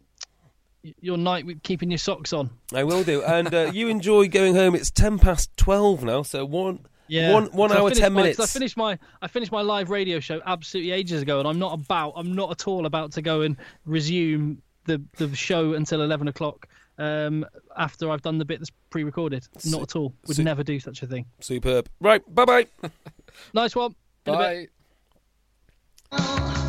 B: your night with keeping your socks on.
C: I will do, and uh, you enjoy going home. It's ten past twelve now, so one one one
B: 'Cause I
C: hour
B: finished
C: ten
B: my- 'cause
C: minutes.
B: I finished my I finished my live radio show absolutely ages ago, and I'm not about I'm not at all about to go and resume the the show until eleven o'clock. Um, after I've done the bit that's pre-recorded, not at all. Would
C: so-
B: never do such a thing.
C: Superb. Right, bye bye.
B: Nice one. In a bit.
D: Bye.